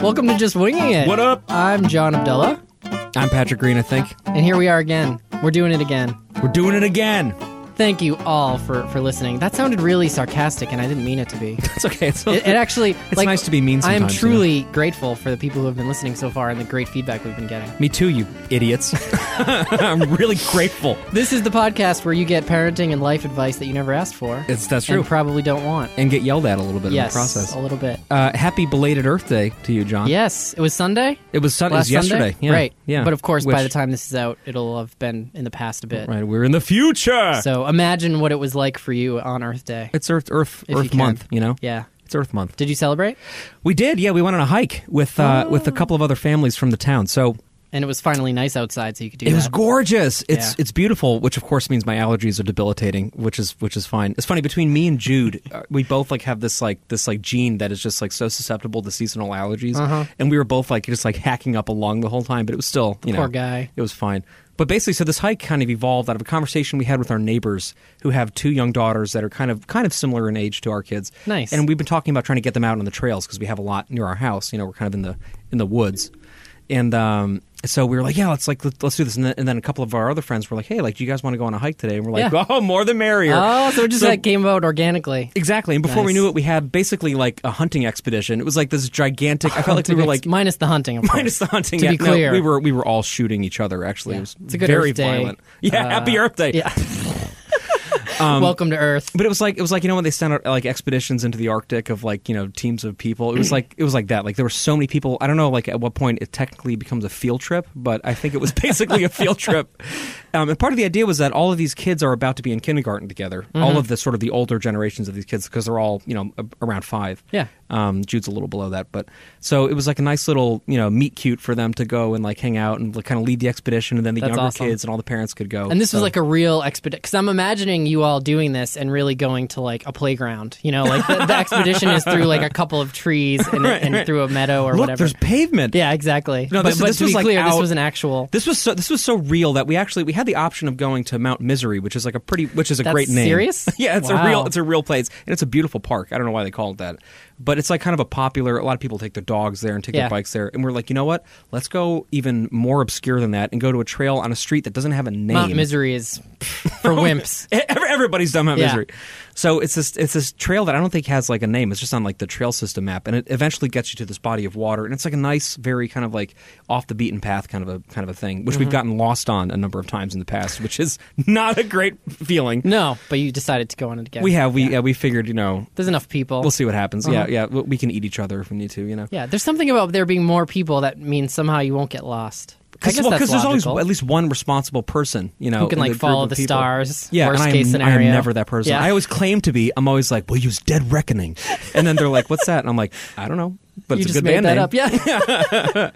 Welcome to Just Winging It. What up? I'm John Abdullah, I'm Patrick Green, I think. and here we are again. We're doing it again. We're doing it again. Thank you all for, for listening. That sounded really sarcastic, and I didn't mean it to be. It's okay. It's, It, it actually, It's like, nice to be mean I am sometimes, truly grateful for the people who have been listening so far and the great feedback we've been getting. Me too, you idiots. I'm really grateful. This is the podcast where you get parenting and life advice that you never asked for. It's, that's true. And probably don't want. and get yelled at a little bit yes, in the process. a little bit. Uh, happy belated Earth Day to you, John. Yes, it was Sunday. It was, sun- it Last was yesterday. Sunday, Yeah. right? Yeah. But of course, by Which- the time this is out, it'll have been in the past a bit. Right, we're in the future. So imagine what it was like for you on Earth Day. it's Earth Earth you Earth can. month, you know? Yeah. It's Earth month. Did you celebrate? We did. Yeah, we went on a hike with uh, with Oh. a couple of other families from the town. So And it was finally nice outside, so you could do It that. was gorgeous. It's Yeah. it's beautiful, which of course means my allergies are debilitating, which is which is fine. It's funny between me and Jude, uh, we both like have this like this like gene that is just like so susceptible to seasonal allergies, Uh-huh. and we were both like just like hacking up a lung the whole time, but it was still you know poor guy. It was fine. But basically, so this hike kind of evolved out of a conversation we had with our neighbors who have two young daughters that are kind of kind of similar in age to our kids. Nice. And we've been talking about trying to get them out on the trails because we have a lot near our house. You know, we're kind of in the in the woods, and um, so we were like, yeah, let's like let, us do this. And then, and then a couple of our other friends were like, hey, like, do you guys want to go on a hike today? And we're like, Yeah. oh, more the merrier. Oh, so it just like came about organically. Exactly, and before we Nice. knew it, we had basically like a hunting expedition. It was like this gigantic. I felt like we were like minus the hunting, of course. minus the hunting. To yeah, be no, clear, we were we were all shooting each other. Actually, it was It's a good very Earth Day. violent. Yeah, Uh, happy Earth Day. Um, Yeah. Welcome to Earth. But it was like it was like you know when they sent out like expeditions into the Arctic of like you know teams of people. It Mm. was like it was like that. Like there were so many people. I don't know like at what point it technically becomes a field trip, but I think it was basically a field trip. Um, and part of the idea was that all of these kids are about to be in kindergarten together. Mm-hmm. All of the sort of the older generations of these kids because they're all you know a- around five. Yeah. Um, Jude's a little below that, but so it was like a nice little you know meet cute for them to go and like hang out and like, kind of lead the expedition, and then the That's younger awesome. kids and all the parents could go. And this was So- like a real expedition because I'm imagining you all doing this and really going to like a playground. You know, like the, the expedition is through like a couple of trees and, and through a meadow or look. whatever. There's pavement. Yeah, exactly. No, but this- but this to was, be like, clear, this out- was an actual. This was so this was so real that we actually we had the option of going to Mount Misery, which is like a pretty which is a That's great name. serious? yeah, it's Wow. a real it's a real place and it's a beautiful park. I don't know why they call it that. But it's like kind of a popular a lot of people take their dogs there and take Yeah. their bikes there and we're like, "You know what? Let's go even more obscure than that and go to a trail on a street that doesn't have a name." Mount Misery is for wimps. E- every- Everybody's done Mount Yeah. Misery. So it's this it's this trail that I don't think has like a name. It's just on like the trail system map, and it eventually gets you to this body of water, and it's like a nice, very kind of like off the beaten path kind of a kind of a thing, which Mm-hmm. we've gotten lost on a number of times in the past, which is not a great feeling. No, but you decided to go on it again. We have we yeah. we figured you know There's enough people. we'll see what happens. Yeah, yeah, we we can eat each other if we need to, you know. Uh-huh. Yeah, there's something about there being more people that means somehow you won't get lost. I Because guess that's there's always logical. at least one responsible person, you know, Who can, in like, the group follow of the people. stars, Yeah, worst and I'm, case scenario. I'm never that person. Yeah. I always claim to be. I'm always like, we'll use Dead Reckoning, and then they're like, what's that? And I'm like, I don't know, but you it's just a made good band that name. up. Yeah. So anyway,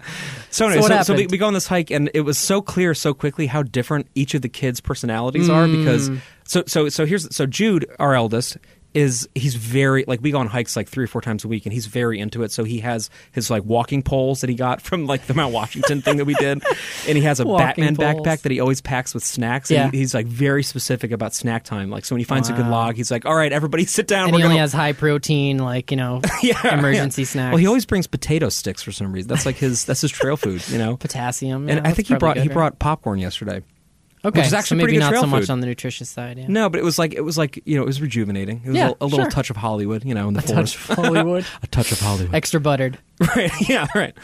So so, what so we, happened? we go on this hike, and it was so clear so quickly how different each of the kids' personalities are because Mm. so so so here's so Jude, our eldest. Is he's very like we go on hikes like three or four times a week, and he's very into it. So he has his like walking poles that he got from like the Mount Washington thing that we did, and he has a Walking Batman poles. backpack that he always packs with snacks. And Yeah. he, he's like very specific about snack time. Like so when he finds a good Wow. log, he's like, "All right, everybody, sit down. and We're he only gonna has high protein, like you know, yeah, emergency yeah. snacks. Well, he always brings potato sticks for some reason. That's like his that's his trail food. You know, potassium. and yeah, I that's think he probably brought good, he right? brought popcorn yesterday. okay, which is so actually maybe pretty good not trail so much food. on the nutritious side. Yeah. No, but it was like it was like you know it was rejuvenating. It was Yeah, a, a little sure. touch of Hollywood, you know, in the forest. touch of Hollywood, a touch of Hollywood. extra buttered. right? Yeah, right.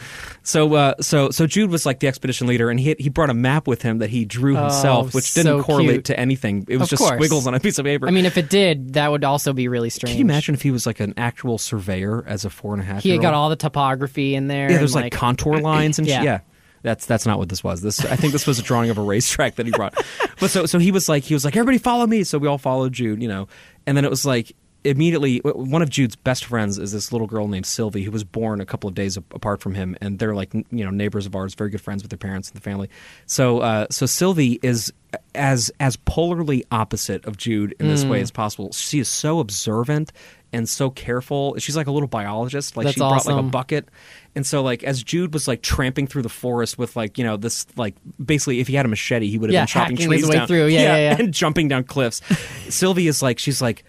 So uh, so so Jude was like the expedition leader, and he had, he brought a map with him that he drew Oh, himself, which didn't so correlate cute. to anything. It was Of just course. squiggles on a piece of paper. I mean, if it did, that would also be really strange. can you imagine if he was like an actual surveyor as a four and a half? He year had got old? all the topography in there. Yeah, and, there's like, like contour lines and Yeah. yeah. yeah. That's that's not what this was. This I think this was a drawing of a racetrack that he brought. But so so he was like he was like everybody follow me. So we all followed Jude, you know. And then it was like immediately w- one of Jude's best friends is this little girl named Sylvie who was born a couple of days a- apart from him, and they're like n- you know neighbors of ours, very good friends with their parents and the family. So uh, so Sylvie is as as polarly opposite of Jude in this way Mm. as possible. She is so observant and so careful. She's like a little biologist. Like That's she brought like awesome. a bucket. And so like as Jude was like tramping through the forest with like, you know, this like basically if he had a machete, he would have Yeah, been chopping hacking trees his way down. through. Yeah, yeah, yeah. and jumping down cliffs. Sylvie is like she's like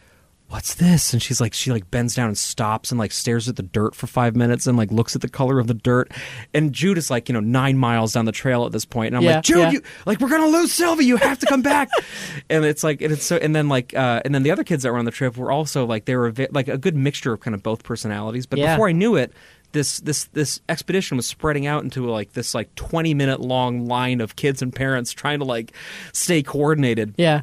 what's this? And she's like, she like bends down and stops and like stares at the dirt for five minutes and like looks at the color of the dirt. And Jude is like, you know, nine miles down the trail at this point, and I'm Yeah, like, Jude, yeah. you like we're gonna lose Sylvie, you have to come back. and it's like, and it's so, and then like, uh, and then the other kids that were on the trip were also like, they were a vi- like a good mixture of kind of both personalities. But Yeah. before I knew it. This this this expedition was spreading out into like this like twenty minute long line of kids and parents trying to like stay coordinated Yeah.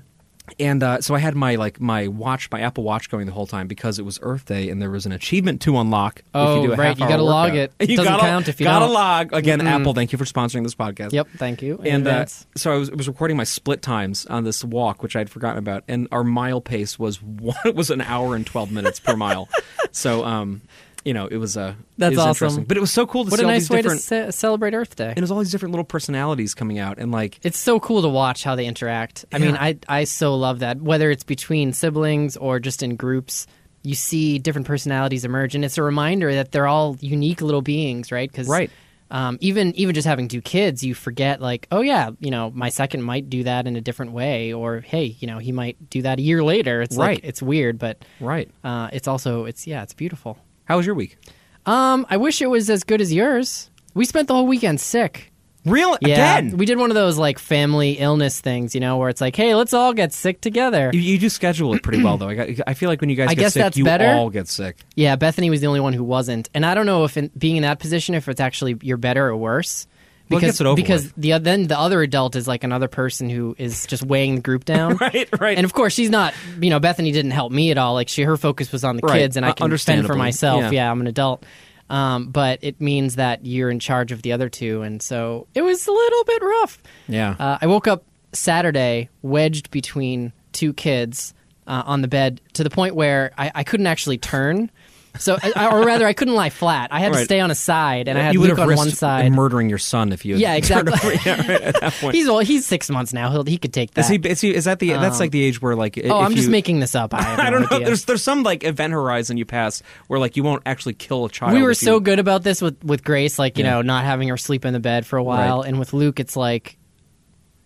and uh, so I had my like my watch, my Apple Watch, going the whole time because it was Earth Day, and there was an achievement to unlock. if Oh, you do a right. half You hour gotta log workout. it. It doesn't gotta, count if you gotta don't. Mm-hmm. log again. Apple, thank you for sponsoring this podcast. Yep. Thank you. in And uh, advance. so I was, was recording my split times on this walk, which I'd forgotten about, and our mile pace was one, was an hour and twelve minutes per mile. So, um, you know, it was a That's it was awesome. interesting. But it was so cool to what see a all nice these way to different. ce- celebrate Earth Day. and it was all these different little personalities coming out, and like It's so cool to watch how they interact. I mean, Yeah. I I so love that. Whether it's between siblings or just in groups, you see different personalities emerge, and it's a reminder that they're all unique little beings, right? Because Right. Um, even even just having two kids, you forget like, oh yeah, you know, my second might do that in a different way, or hey, you know, he might do that a year later. It's Right. like it's weird, but right. uh, it's also it's yeah, it's beautiful. How was your week? Um, I wish it was as good as yours. We spent the whole weekend sick. Real Yeah, again. we did one of those like family illness things, you know, where it's like, hey, let's all get sick together. You, you do schedule it pretty well, though. I, got, I feel like when you guys I get guess sick, that's you better. all get sick. Yeah, Bethany was the only one who wasn't, and I don't know if in, being in that position, if it's actually you're better or worse. Well, it Because gets it over because with. the then the other adult is like another person who is just weighing the group down. Right, right. And of course, she's not. You know, Bethany didn't help me at all. Like she, her focus was on the Right, kids, and I uh, can fend for understandably, myself. yeah. Yeah, I'm an adult. Um, but it means that you're in charge of the other two, and so it was a little bit rough. Yeah. Uh, I woke up Saturday wedged between two kids uh, on the bed to the point where I, I couldn't actually turn. So, I- or rather, I couldn't lie flat. I had to Right. stay on a side, and I had you would Luke have on risked one side. murdering your son if you. Yeah, exactly. yeah, right, at that point. He's old. He's six months now. He'll, he could take that. is he? Is he? Is that the? that's like the age where like. oh, I'm just making this up. I, have no I don't know. idea. There's there's some like event horizon you pass where like you won't actually kill a child. we were if you- so good about this with with Grace, like you know, not having her sleep in the bed for a while, Right. and with Luke, it's like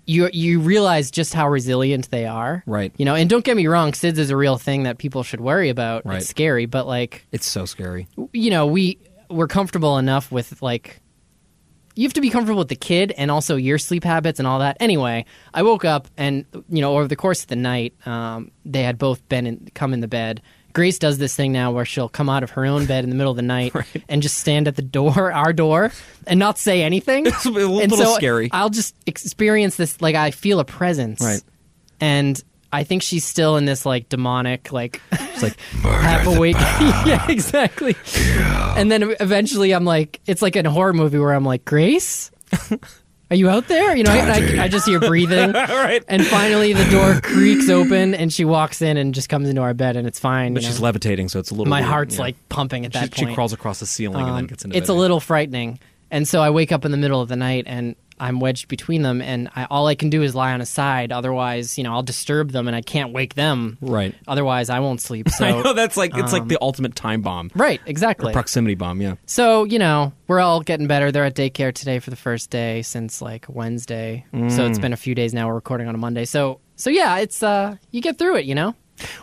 you you realize just how resilient they are, Right. You know, and don't get me wrong, SIDS is a real thing that people should worry about. Right. It's scary, but like It's so scary. you know, we we're comfortable enough with like you have to be comfortable with the kid and also your sleep habits and all that. Anyway, I woke up and you know over the course of the night, um, they had both been in, come in the bed. Grace does this thing now where she'll come out of her own bed in the middle of the night and just stand at the door, our door, and not say anything. It's a little- And little so scary. I'll just experience this like I feel a presence, Right. And I think she's still in this like demonic like It's like half awake. yeah, exactly. And then eventually, I'm like, it's like in a horror movie where I'm like, Grace, are you out there? You know, and I, I just hear breathing. all right. And finally, the door creaks open, and she walks in and just comes into our bed, and it's fine. But you she's know? levitating, so it's a little. My weird, heart's yeah. like pumping at She, that she point. crawls across the ceiling and then Um, gets into. it's bed a again. little frightening, and so I wake up in the middle of the night and. I'm wedged between them, and I, all I can do is lie on a side. Otherwise, you know, I'll disturb them, and I can't wake them. Right. Otherwise, I won't sleep. So, I know that's like it's Um, like the ultimate time bomb, right, exactly. proximity bomb. Yeah. So, you know, we're all getting better. They're at daycare today for the first day since like Wednesday. So Mm. it's been a few days now. We're recording on a Monday. So so yeah, it's uh you get through it, you know?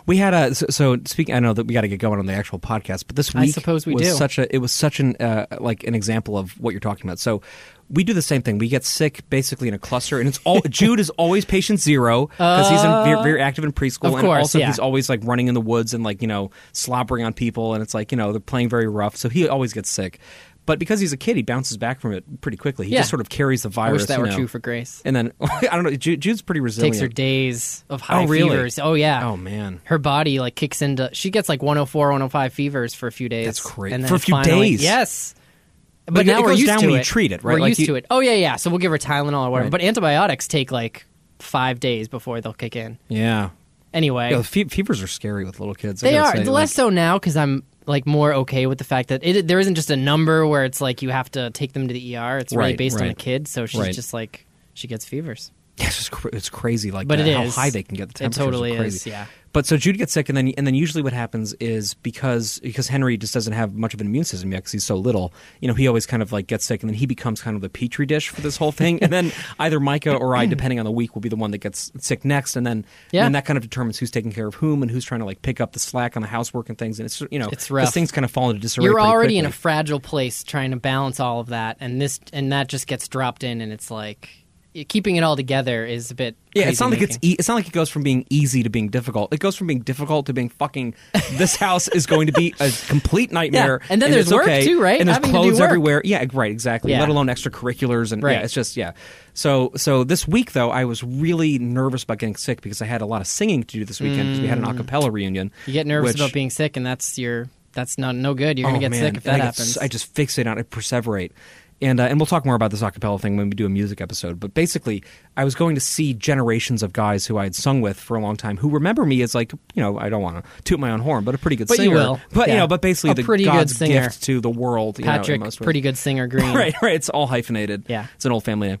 We had a so, so speaking. I know that we got to get going on the actual podcast, but this week suppose we was do. such a it was such an uh, like an example of what you're talking about. So we do the same thing. We get sick basically in a cluster, and it's all Jude is always patient zero because he's in, very, very active in preschool, Uh, Of and course, also yeah. he's always like running in the woods and like you know slobbering on people, and it's like you know they're playing very rough, so he always gets sick. But because he's a kid, he bounces back from it pretty quickly. He Yeah. just sort of carries the I virus. wish that you were know. true for Grace. And then I don't know. Jude, Jude's pretty resilient. Takes her days of high Oh, really? fevers. Oh yeah. oh man. Her body like kicks into she gets like 104, 105 fevers for a few days. That's crazy. And then For a it few finally- days? Yes. But, it- now it we're goes used down to when you it. treat it, right? We're Like used you- to it. Oh yeah, yeah. So we'll give her Tylenol or whatever. Right. But antibiotics take like five days before they'll kick in. Yeah. Anyway, Yeah, fe- fevers are scary with little kids. I They gotta are say, like- less so now because I'm like more okay with the fact that it there isn't just a number where it's like you have to take them to the ER. It's really Right, based on the right. kid, so she's Right. just like she gets fevers. Yes, it's, cr- it's crazy. Like, But that, it how is. high they can get the It temperature. totally crazy. is. Yeah. But so Jude gets sick, and then and then usually what happens is because because Henry just doesn't have much of an immune system yet because he's so little. You know, he always kind of like gets sick, and then he becomes kind of the petri dish for this whole thing. and then either Micah or I, depending on the week, will be the one that gets sick next, and then Yeah. and then that kind of determines who's taking care of whom and who's trying to like pick up the slack on the housework and things. And it's you know, It's rough. 'cause things kind of fall into disarray. You're pretty already in a quickly. fragile place trying to balance all of that, and this and that just gets dropped in, and it's like keeping it all together is a bit. Yeah, it's not like it's crazy-making. e- it's not like it goes from being easy to being difficult. It goes from being difficult to being fucking. This house is going to be a complete nightmare. Yeah, and then there's it's work okay, too, right? And there's Having to do clothes work. everywhere. Yeah, right, exactly. Yeah. Let alone extracurriculars and Right. yeah, it's just yeah. So so this week though, I was really nervous about getting sick because I had a lot of singing to do this weekend because we had an a cappella reunion. Mm. you get nervous which- about being sick, and that's your that's not no good. You're Oh, gonna get man. sick if that And I get s- happens. I just fixate on it, perseverate. And, uh, and we'll talk more about this acapella thing when we do a music episode. But basically, I was going to see generations of guys who I had sung with for a long time who remember me as like, you know, I don't want to toot my own horn, but a pretty good But you singer. will. But, Yeah. you know, but basically A the pretty good God's singer. gift to the world. You know, in Patrick, most ways pretty good singer, Green. right, right. It's all hyphenated. Yeah. it's an old family name.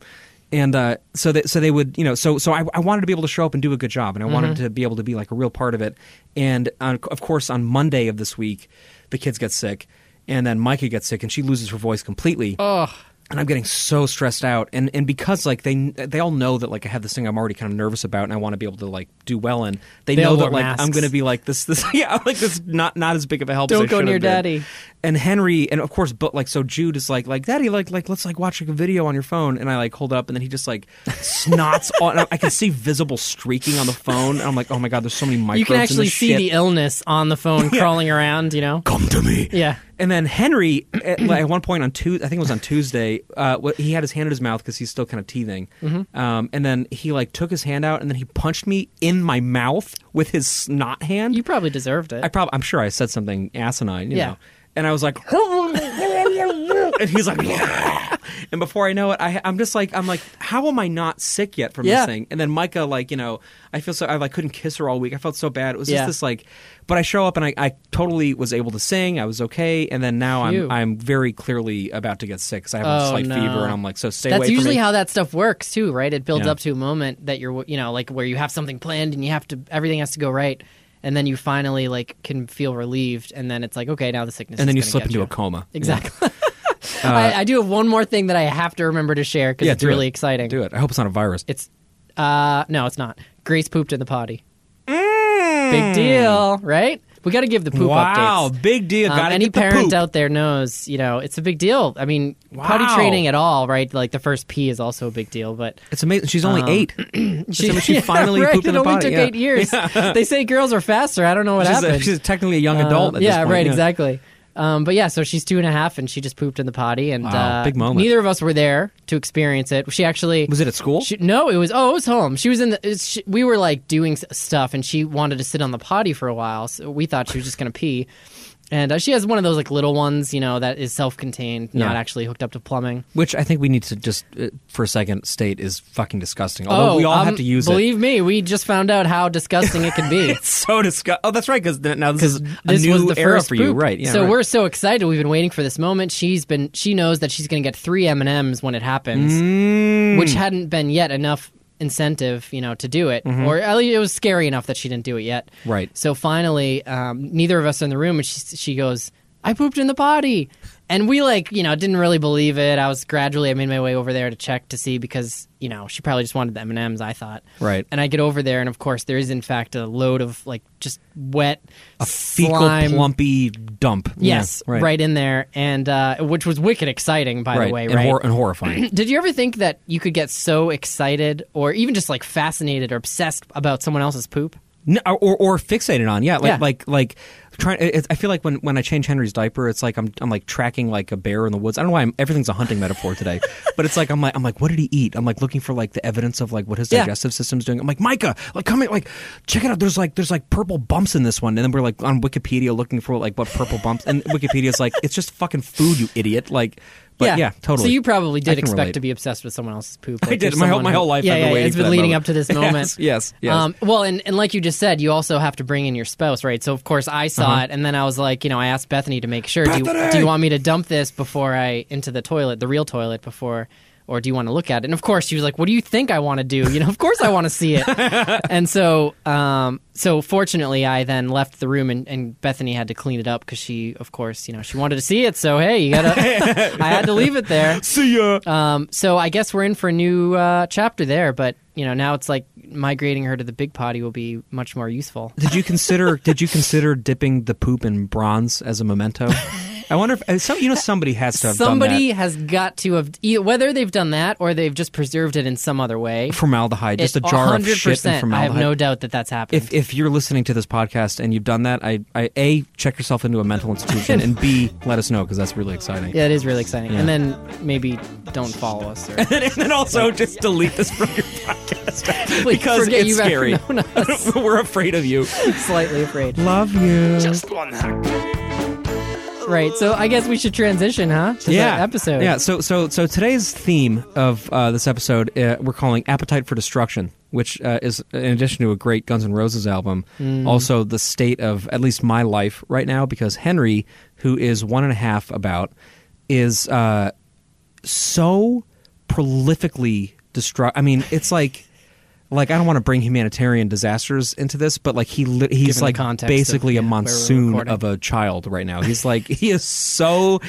And uh, so, they, so they would, you know, so so I, I wanted to be able to show up and do a good job, and I wanted Mm-hmm. to be able to be like a real part of it. And on, of course, on Monday of this week, the kids get sick, and then Micah gets sick, and she loses her voice completely. Ugh. And I'm getting so stressed out, and and because like they they all know that like I have this thing I'm already kind of nervous about, and I want to be able to like do well in. They, They all know that wear like I'm masks. going to be like this this yeah like this not not as big of a help. as Don't I go should near have been daddy. and Henry and of course but like so Jude is like like daddy like like let's like watch like, a video on your phone and I like hold it up and then he just like snots on I, I can see visible streaking on the phone and I'm like oh my god there's so many microbes You can in actually this see shit. the illness on the phone crawling around. You know. come to me Yeah. and then Henry at, like, at one point on Tuesday I think it was on Tuesday uh wh- he had his hand in his mouth cuz he's still kind of teething um and then he like took his hand out and then he punched me in my mouth with his snot hand You probably deserved it. I probably, I'm sure I said something asinine, you Yeah. know. And I was like, and he's like, and before I know it, I, I'm just like, I'm like, how am I not sick yet from Yeah. this thing? And then Micah, like, you know, I feel so, I like couldn't kiss her all week. I felt so bad. It was Yeah. just this like, but I show up and I, I totally was able to sing. I was okay. And then now Phew. I'm, I'm very clearly about to get sick because I have a Oh, slight no. fever and I'm like, so stay away That's from usually me. how that stuff works too, right? It builds Yeah. up to a moment that you're, you know, like where you have something planned and you have to, everything has to go right, and then you finally like can feel relieved, and then it's like, okay, now the sickness. and then is gonna you slip get into you. a coma. Yeah. Uh, Exactly. I, I do have one more thing that I have to remember to share because Yeah, it's do really it. exciting. Do it. I hope it's not a virus. It's, uh, no, it's not. Grace pooped in the potty. Big deal, right? We got to give the poop Hmm. wow. updates. Big deal. Um, Gotta any get the parent poop. out there knows, you know, it's a big deal. I mean, potty Wow. training at all, right? Like the first pee is also a big deal, but It's amazing. She's only eight. she, she Um, Yeah, finally right, pooped in it the only potty. took yeah. eight years. they say girls are faster. I don't know what She's, a, happened. she's technically a young adult. Um, at this yeah, point, right. Exactly. Um, but yeah, so she's two and a half, and she just pooped in the potty, and Wow, uh, big moment. Neither of us were there to experience it. She actually Was it at school? She, no, it was. Oh, it was home. She was in the. it's- She, we were like doing s- stuff, and she wanted to sit on the potty for a while. So we thought she was just gonna pee, and uh, she has one of those like little ones, you know, that is self-contained, not Yeah. actually hooked up to plumbing. Which I think we need to just, uh, for a second, state is fucking disgusting. Although we all um, have to use it. Believe me, we just found out how disgusting it can be. It's so disgusting. Oh, that's right. Because now this is a this new was the era first for you, poop. right? Yeah, so right. we're so excited. We've been waiting for this moment. She's been. She knows that she's going to get three M and M's when it happens, Mm. Hmm. which hadn't been yet enough incentive, you know, to do it. Or at least it was scary enough that she didn't do it yet. Mm-hmm. Right. So finally, um, neither of us are in the room, and she she goes, "I pooped in the potty." And we like, you know, didn't really believe it. I was gradually, I made my way over there to check to see because, you know, she probably just wanted the M and M's. I thought, Right. And I get over there, and of course, there is in fact a load of like just wet, a fecal slime. plumpy dump. Yes, Yeah, right. in there, and uh, which was wicked exciting, by Right. the way. and, Right? hor- and horrifying. Did you ever think that you could get so excited, or even just like fascinated or obsessed about someone else's poop? No, or or fixated on, yeah, like Yeah. like like trying. It's, I feel like when, when I change Henry's diaper, it's like I'm I'm like tracking like a bear in the woods. I don't know why I'm, everything's a hunting metaphor today, but it's like I'm like I'm like what did he eat? I'm like looking for like the evidence of like what his Yeah. digestive system's doing. I'm like Micah, like come here, like check it out. There's like there's like purple bumps in this one, and then we're like on Wikipedia looking for like what purple bumps, and Wikipedia's like it's just fucking food, you idiot. Like, but yeah, totally. So you probably I did can expect relate. to be obsessed with someone else's poop. I like did you're my whole someone my who- whole life. Yeah, I've been yeah, waiting it's for been that leading moment. up to this moment. Yes, yes. yes. Um, well, and, and like you just said, you also have to bring in your spouse, right? So of course I saw it, and then I was like, you know, I asked Bethany to make sure. Do you, Bethany! do you want me to dump this before I into the toilet, the real toilet, before or do you want to look at it? And of course, she was like, "What do you think I want to do? You know, of course I want to see it." and so, um, so fortunately, I then left the room, and, and Bethany had to clean it up because she, of course, you know, she wanted to see it. So hey, you gotta. I had to leave it there. See ya. Um, so I guess we're in for a new uh, chapter there, but you know, now it's like migrating her to the big potty will be much more useful. Did you consider? did you consider dipping the poop in bronze as a memento? I wonder if uh, some, you know somebody has to have done that. Somebody has got to have e- whether they've done that or they've just preserved it in some other way. formaldehyde, just a It- jar of shit 100%, and formaldehyde. I have no doubt that that's happened. if if you're listening to this podcast and you've done that, I, I a check yourself into a mental institution, and b let us know because that's really exciting. yeah, it is really exciting. Yeah. And then maybe don't follow us or and then also just delete this from your podcast because forget it's you've scary. ever known us. We're afraid of you. Slightly afraid. Love you. Right. So I guess we should transition, huh? To yeah. that episode. Yeah. So so so today's theme of uh, this episode uh, we're calling "Appetite for Destruction," which uh, is in addition to a great Guns N' Roses album, Mm. also the state of at least my life right now because Henry, who is one and a half about, is uh, so prolifically destruct. I mean, it's like. Like I don't want to bring humanitarian disasters into this, but like he li- he's Given the like context of, basically yeah, a where we're monsoon recording. of a child right now. He's like he is so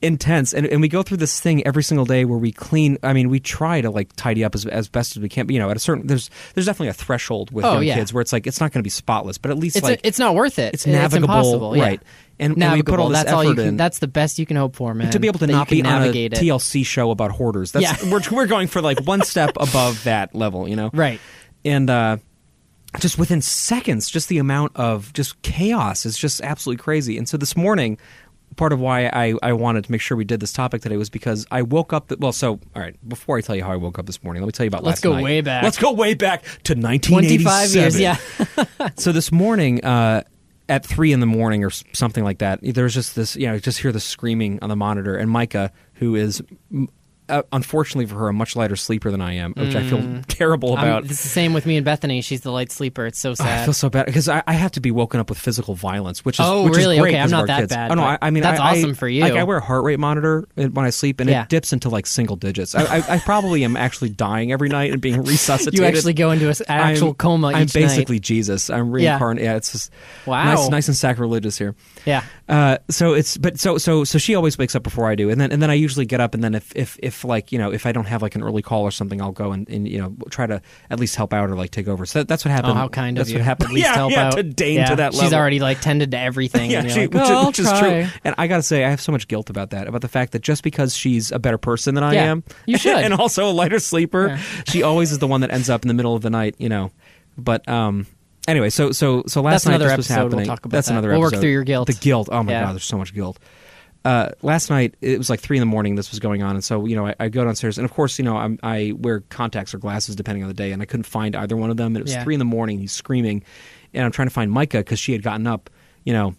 intense, and and we go through this thing every single day where we clean. I mean, we try to like tidy up as as best as we can. But, you know, at a certain there's there's definitely a threshold with Oh, young yeah. kids where it's like it's not going to be spotless, but at least It's like a, it's not worth it. it's navigable, impossible. Yeah. right? And, and we Navigable. put all this that's effort all you can, in That's the best you can hope for, man. to be able to that you not can be on a navigate it. TLC show about hoarders. That's Yeah. we're we're going for like one step above that level, you know? Right. And uh just within seconds, just the amount of just chaos is just absolutely crazy. And so this morning, part of why I, I wanted to make sure we did this topic today was because I woke up. The, well, so all right. Before I tell you how I woke up this morning, let me tell you about Let's last go night. way back. Let's go way back to 1987. 25 years, yeah. so this morning uh, at three in the morning or s- something like that there was just this you know just hear the screaming on the monitor and micah who is m- uh, unfortunately for her a much lighter sleeper than i am which i feel terrible I'm- about it's the same with me and Bethany. She's the light sleeper. It's Oh, so I sad. feel so bad because I, I have to be woken up with physical violence, which is Oh, which really? Is great Okay, I'm 'cause of not our that kids. bad, Oh, no, I, but I mean that's I- I- awesome for you. Like I wear a heart rate monitor when I sleep, and Yeah. it dips into like single digits. I, I, I probably am actually dying every night and being resuscitated. you actually go into an actual I'm, coma I'm each basically Jesus. I'm Yeah. reincarnated. Yeah. it's just Wow. nice, nice and sacrilegious here. night. Yeah. Uh, so it's but so so so she always wakes up before I do, and then and then I usually get up, and then if if if like you know if I don't have like an early call or something, I'll go and, and you know try to at least help out or like take over. So that, that's what happened. Oh, how kind that's of you. What happened. At least yeah, help yeah, out. to Dane Yeah. to that level. She's already like tended to everything. Yeah, and you're she, like, which, "Well, I'll which is try." true. And I gotta say, I have so much guilt about that, about the fact that just because she's a better person than I Yeah, am, you should. and also a lighter sleeper, Yeah. she always is the one that ends up in the middle of the night, you know. But um, anyway, so so so last That's night another this was episode. We'll happening. talk about That's that. another. We'll work episode. through your guilt. The guilt. Oh my Yeah. god, there's so much guilt. Uh, last night it was like three in the morning. This was going on, and so you know I, I go downstairs, and of course you know I'm, I wear contacts or glasses depending on the day, and I couldn't find either one of them. And it was Yeah. three in the morning. He's screaming, and I'm trying to find Micah because she had gotten up, you know,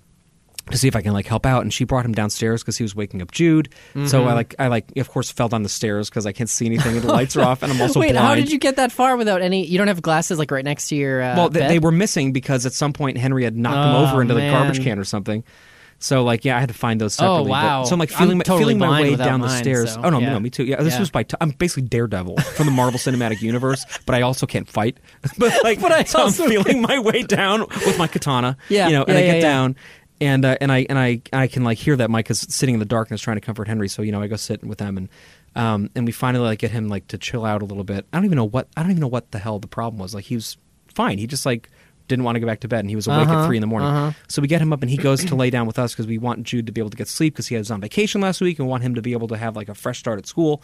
to see if I can like help out. And she brought him downstairs because he was waking up Jude. So Mm-hmm. I like I like of course fell down the stairs because I can't see anything. and The lights are off, and I'm also Wait, blind. how did you get that far without any? You don't have glasses like right next to your. Uh, Well, they, bed? they were missing because at some point Henry had knocked Oh, them over into the garbage man. Oh, can or something. So like yeah, I had to find those separately. but- wow. so I'm like I'm feeling my, totally feeling my blind way without down the mine, stairs. so, oh no, yeah. no, me too. Yeah, this Yeah. was by. T- I'm basically Daredevil from the Marvel Cinematic Universe, but I also can't fight. but like, But I so I'm also feeling my way down with my katana. Yeah, you know, and yeah, I get yeah, yeah. down. And, uh, and I and I I can like hear that Micah's sitting in the darkness trying to comfort Henry, so you know I go sit with them and um, and we finally like get him like to chill out a little bit. I don't even know what I don't even know what the hell the problem was. Like he was fine. He just like didn't want to go back to bed, and he was awake at Uh-huh, three in the morning. uh-huh. So we get him up, and he goes to lay down with us because we want Jude to be able to get sleep because he was on vacation last week, and want him to be able to have like a fresh start at school.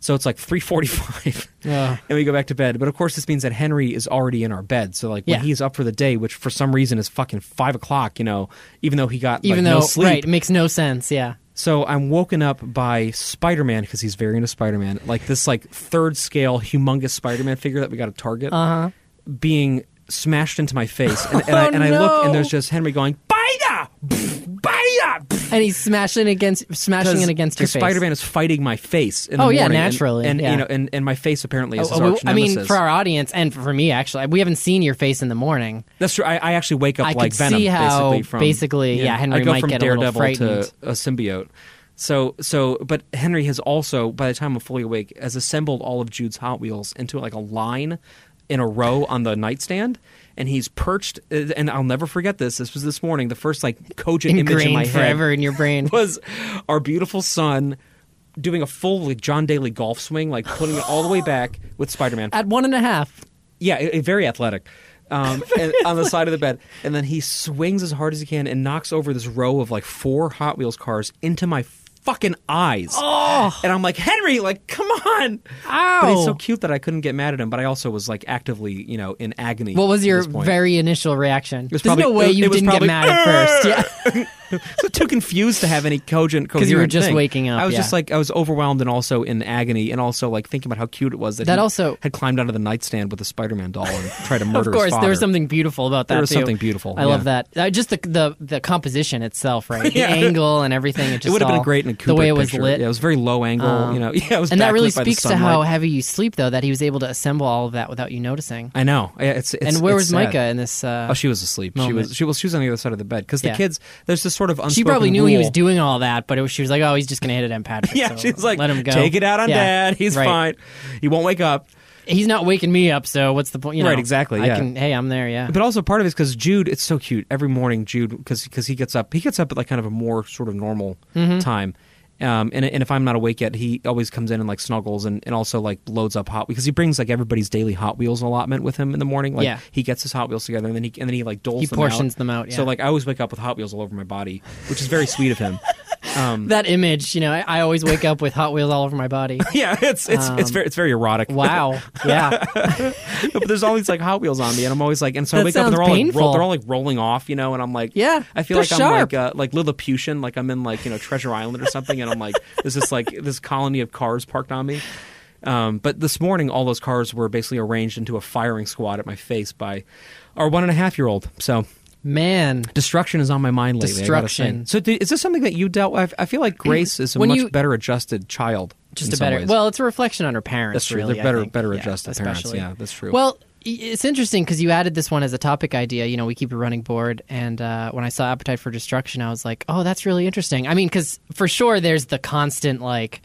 So it's like three forty-five, Yeah. and we go back to bed. But of course, this means that Henry is already in our bed. So like Yeah. when he's up for the day, which for some reason is fucking five o'clock, you know, even though he got even like, though no sleep. right, it makes no sense. Yeah. So I'm woken up by Spider Man because he's very into Spider Man, like this like third scale humongous Spider Man figure that we got to target, uh-huh. being smashed into my face, and, and, I, Oh, and I look no. and there's just Henry going Bida, Bida, And he's smashing it against, smashing it against your face. Spider Man is fighting my face. In the Oh, yeah, morning, and- naturally, and, yeah. you know, and, and my face apparently is his Oh, we- arch I mean, nemesis. for our audience and for me, actually, we haven't seen your face in the morning. That's true. I, I actually wake up I like could Venom, see how basically. From basically, yeah, Henry I go might from get a little Daredevil frightened. to a symbiote. So so but Henry has also by the time I'm fully awake has assembled all of Jude's Hot Wheels into like a line in a row on the nightstand and he's perched uh, and I'll never forget this this was this morning the first like cogent image in my ingrained head forever in your brain. was our beautiful son doing a full like, John Daly golf swing, like putting it all the way back with Spider Man. At one and a half, Yeah, a, a very athletic. Um, and, on the side of the bed, and then he swings as hard as he can and knocks over this row of like four Hot Wheels cars into my fucking eyes. Oh! And I'm like, Henry, like, come on! Ow. But he's so cute that I couldn't get mad at him, but I also was like actively, you know, in agony. what was at your this point. very initial reaction? There's was probably- no way it- you it was didn't probably, get mad at first. Yeah. so too confused to have any cogent because you were just waking up, I was yeah. just like I was overwhelmed and also in agony and also like thinking about how cute it was that That he also- had climbed out of the nightstand with a Spider-Man doll and tried to murder. of course, his there was father. something beautiful about that. There was too. something beautiful, I yeah. love that. Uh, just the, the the composition itself, right? Yeah. The angle and everything. It, just It would have all- been great in a Kubrick the way it was picture. lit. Um, Yeah, it was very low angle. you know, yeah, it was and that really backlit by the speaks to sunlight. how heavy you sleep, though, that he was able to assemble all of that without you noticing. I know. Yeah, It's, it's and where it's was sad. Micah in this? Uh, Oh, she was asleep. She Moment. was she was she was on the other side of the bed because the Yeah. kids. There's this sort of unspoken she probably knew rule. he was doing all that, but it was, she was like, "Oh, he's just gonna hit it, M. Patrick." Yeah, so she's like, "Let him go. Take it out on Yeah, dad. He's right. fine. He won't wake up. He's not waking me up, so what's the point? You know, Right, exactly, I yeah. can. Hey, I'm there. Yeah. But also part of it is because Jude, it's so cute. Every morning, Jude, because he gets up, he gets up at like kind of a more sort of normal Mm-hmm. time. Um, and, and if I'm not awake yet, he always comes in and like snuggles and, and also like loads up hot because he brings like everybody's daily Hot Wheels allotment with him in the morning. Like Yeah. he gets his Hot Wheels together and then he and then he like doles He them portions out. them out, So yeah. like I always wake up with Hot Wheels all over my body, which is very sweet of him. Um, That image, you know, I, I always wake up with Hot Wheels all over my body. yeah, it's it's it's very it's very erotic. Um, Wow. Yeah. but there's all these like Hot Wheels on me, and I'm always like, and so I That wake up, sounds and they're all like, painful. roll, they're all like rolling off, you know, and I'm like, Yeah, I feel they're like I'm like sharp. uh, like Lilliputian, like I'm in like you know Treasure Island or something, and I'm like, there's this like this colony of cars parked on me. Um, but this morning, all those cars were basically arranged into a firing squad at my face by our one and a half year old. So Man. destruction is on my mind lately. I gotta say. Destruction. Mm. So do, is this something that you dealt? with? I feel like Grace is a When much you- better adjusted child. Just in a some better. ways. Well, it's a reflection on her parents. That's true. really, They're I better- think. better Yeah, adjusted parents. especially. Yeah, that's true. Well, i- it's interesting because you added this one as a topic idea. You know, we keep a running board, and uh, when I saw Appetite for Destruction, I was like, oh, that's really interesting. I mean, because for sure, there's the constant like.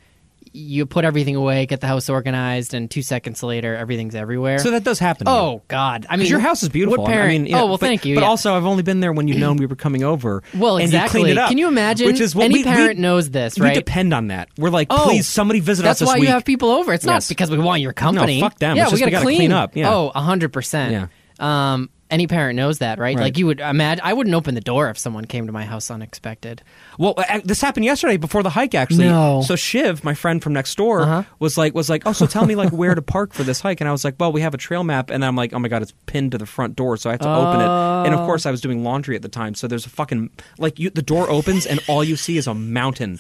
You put everything away, get the house organized, and two seconds later, everything's everywhere. so that does happen. to you. Oh God! I mean, Because your house is beautiful. What parent? I mean, you know, oh well, but- thank you. But yeah. also, I've only been there when you've known we were coming over. well, and exactly. You cleaned it up, Can you imagine? Which is what any we, parent we, knows this, we right? depend on that. We're like, Oh, please, somebody visit That's us this why week. you have people over. It's not Yes. because we want your company. fuck them. Yeah, It's we just we gotta gotta clean up, yeah. Oh, hundred percent. Yeah. Um, any parent knows that, right? Right. Like you would imagine. I wouldn't open the door if someone came to my house unexpected. Well, uh, this happened yesterday before the hike, actually. No. Uh-huh. So Shiv, my friend from next door, was like, was like, oh, so tell me like where to park for this hike, and I was like, well, we have a trail map, and I'm like, oh my god, it's pinned to the front door, so I have to open it, and of course I was doing laundry at the time, so there's a fucking like you, the door opens and all you see is a mountain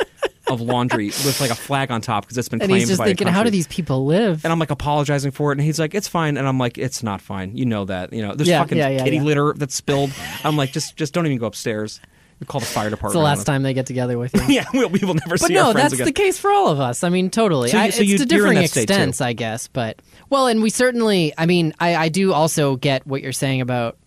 of laundry with like a flag on top because it's been And claimed he's just by thinking, a how do country." these people live? And I'm like apologizing for it, and he's like, "It's fine." And I'm like, "It's not fine. You know that. You know, there's Yeah, fucking yeah, yeah, kitty yeah. litter that's spilled." I'm like, "Just, just don't even go upstairs. We call the fire department." it's the on last them." time they get together with you. yeah, we, we will never But see no, our friends that's again. the case for all of us. I mean, totally. So you- I, so you- it's to you're in differing that state, too. extents, I guess. But well, and we certainly. I mean, I, I do also get what you're saying about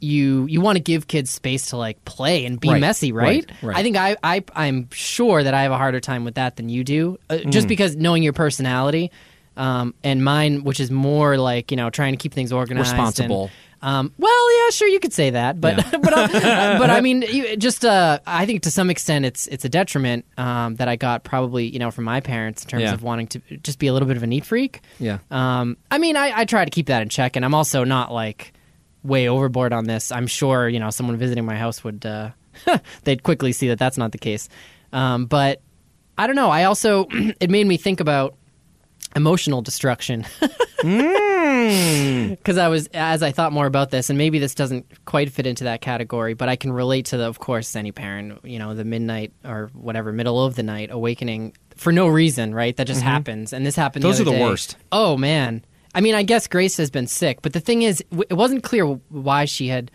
you. You want to give kids space to like play and be Right, messy, right, right? right. I think I, I I'm sure that I have a harder time with that than you do, uh, Mm. just because knowing your personality. Um, and mine, which is more like you know, trying to keep things organized, and- Responsible. um, well, yeah, sure, you could say that, but but I, but I mean, you, just uh, I think to some extent it's it's a detriment um, that I got probably you know from my parents in terms Yeah. of wanting to just be a little bit of a neat freak. Yeah. Um, I mean, I, I try to keep that in check, and I'm also not like way overboard on this. I'm sure you know someone visiting my house would uh, they'd quickly see that that's not the case. Um, but I don't know. I also it made me think about emotional destruction. Mm. because I was as I thought more about this, and maybe this doesn't quite fit into that category, but I can relate to the, of course, any parent, you know, the midnight or whatever, middle of the night awakening for no reason, right? That just happens, and this happened. Mm-hmm. Those the other are day. the worst. Oh man, I mean, I guess Grace has been sick, but the thing is, w- it wasn't clear why she had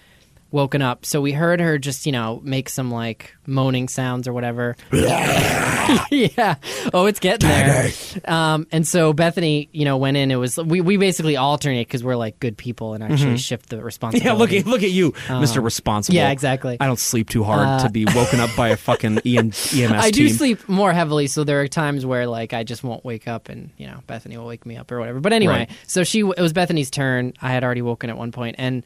woken up. So we heard her just, you know, make some like moaning sounds or whatever. yeah. Oh, it's getting there. Um, and so Bethany, you know, went in. It was we, we basically alternate because we're like good people and actually shift the responsibility. Mm-hmm. Yeah, look at look at you, Mr. Responsible. Uh, yeah, exactly. Uh, I don't sleep too hard to be woken up by a fucking E EM, EMS I do team. sleep more heavily, so there are times where like I just won't wake up, and you know Bethany will wake me up or whatever. But anyway, Right. so she it was Bethany's turn. I had already woken at one point, and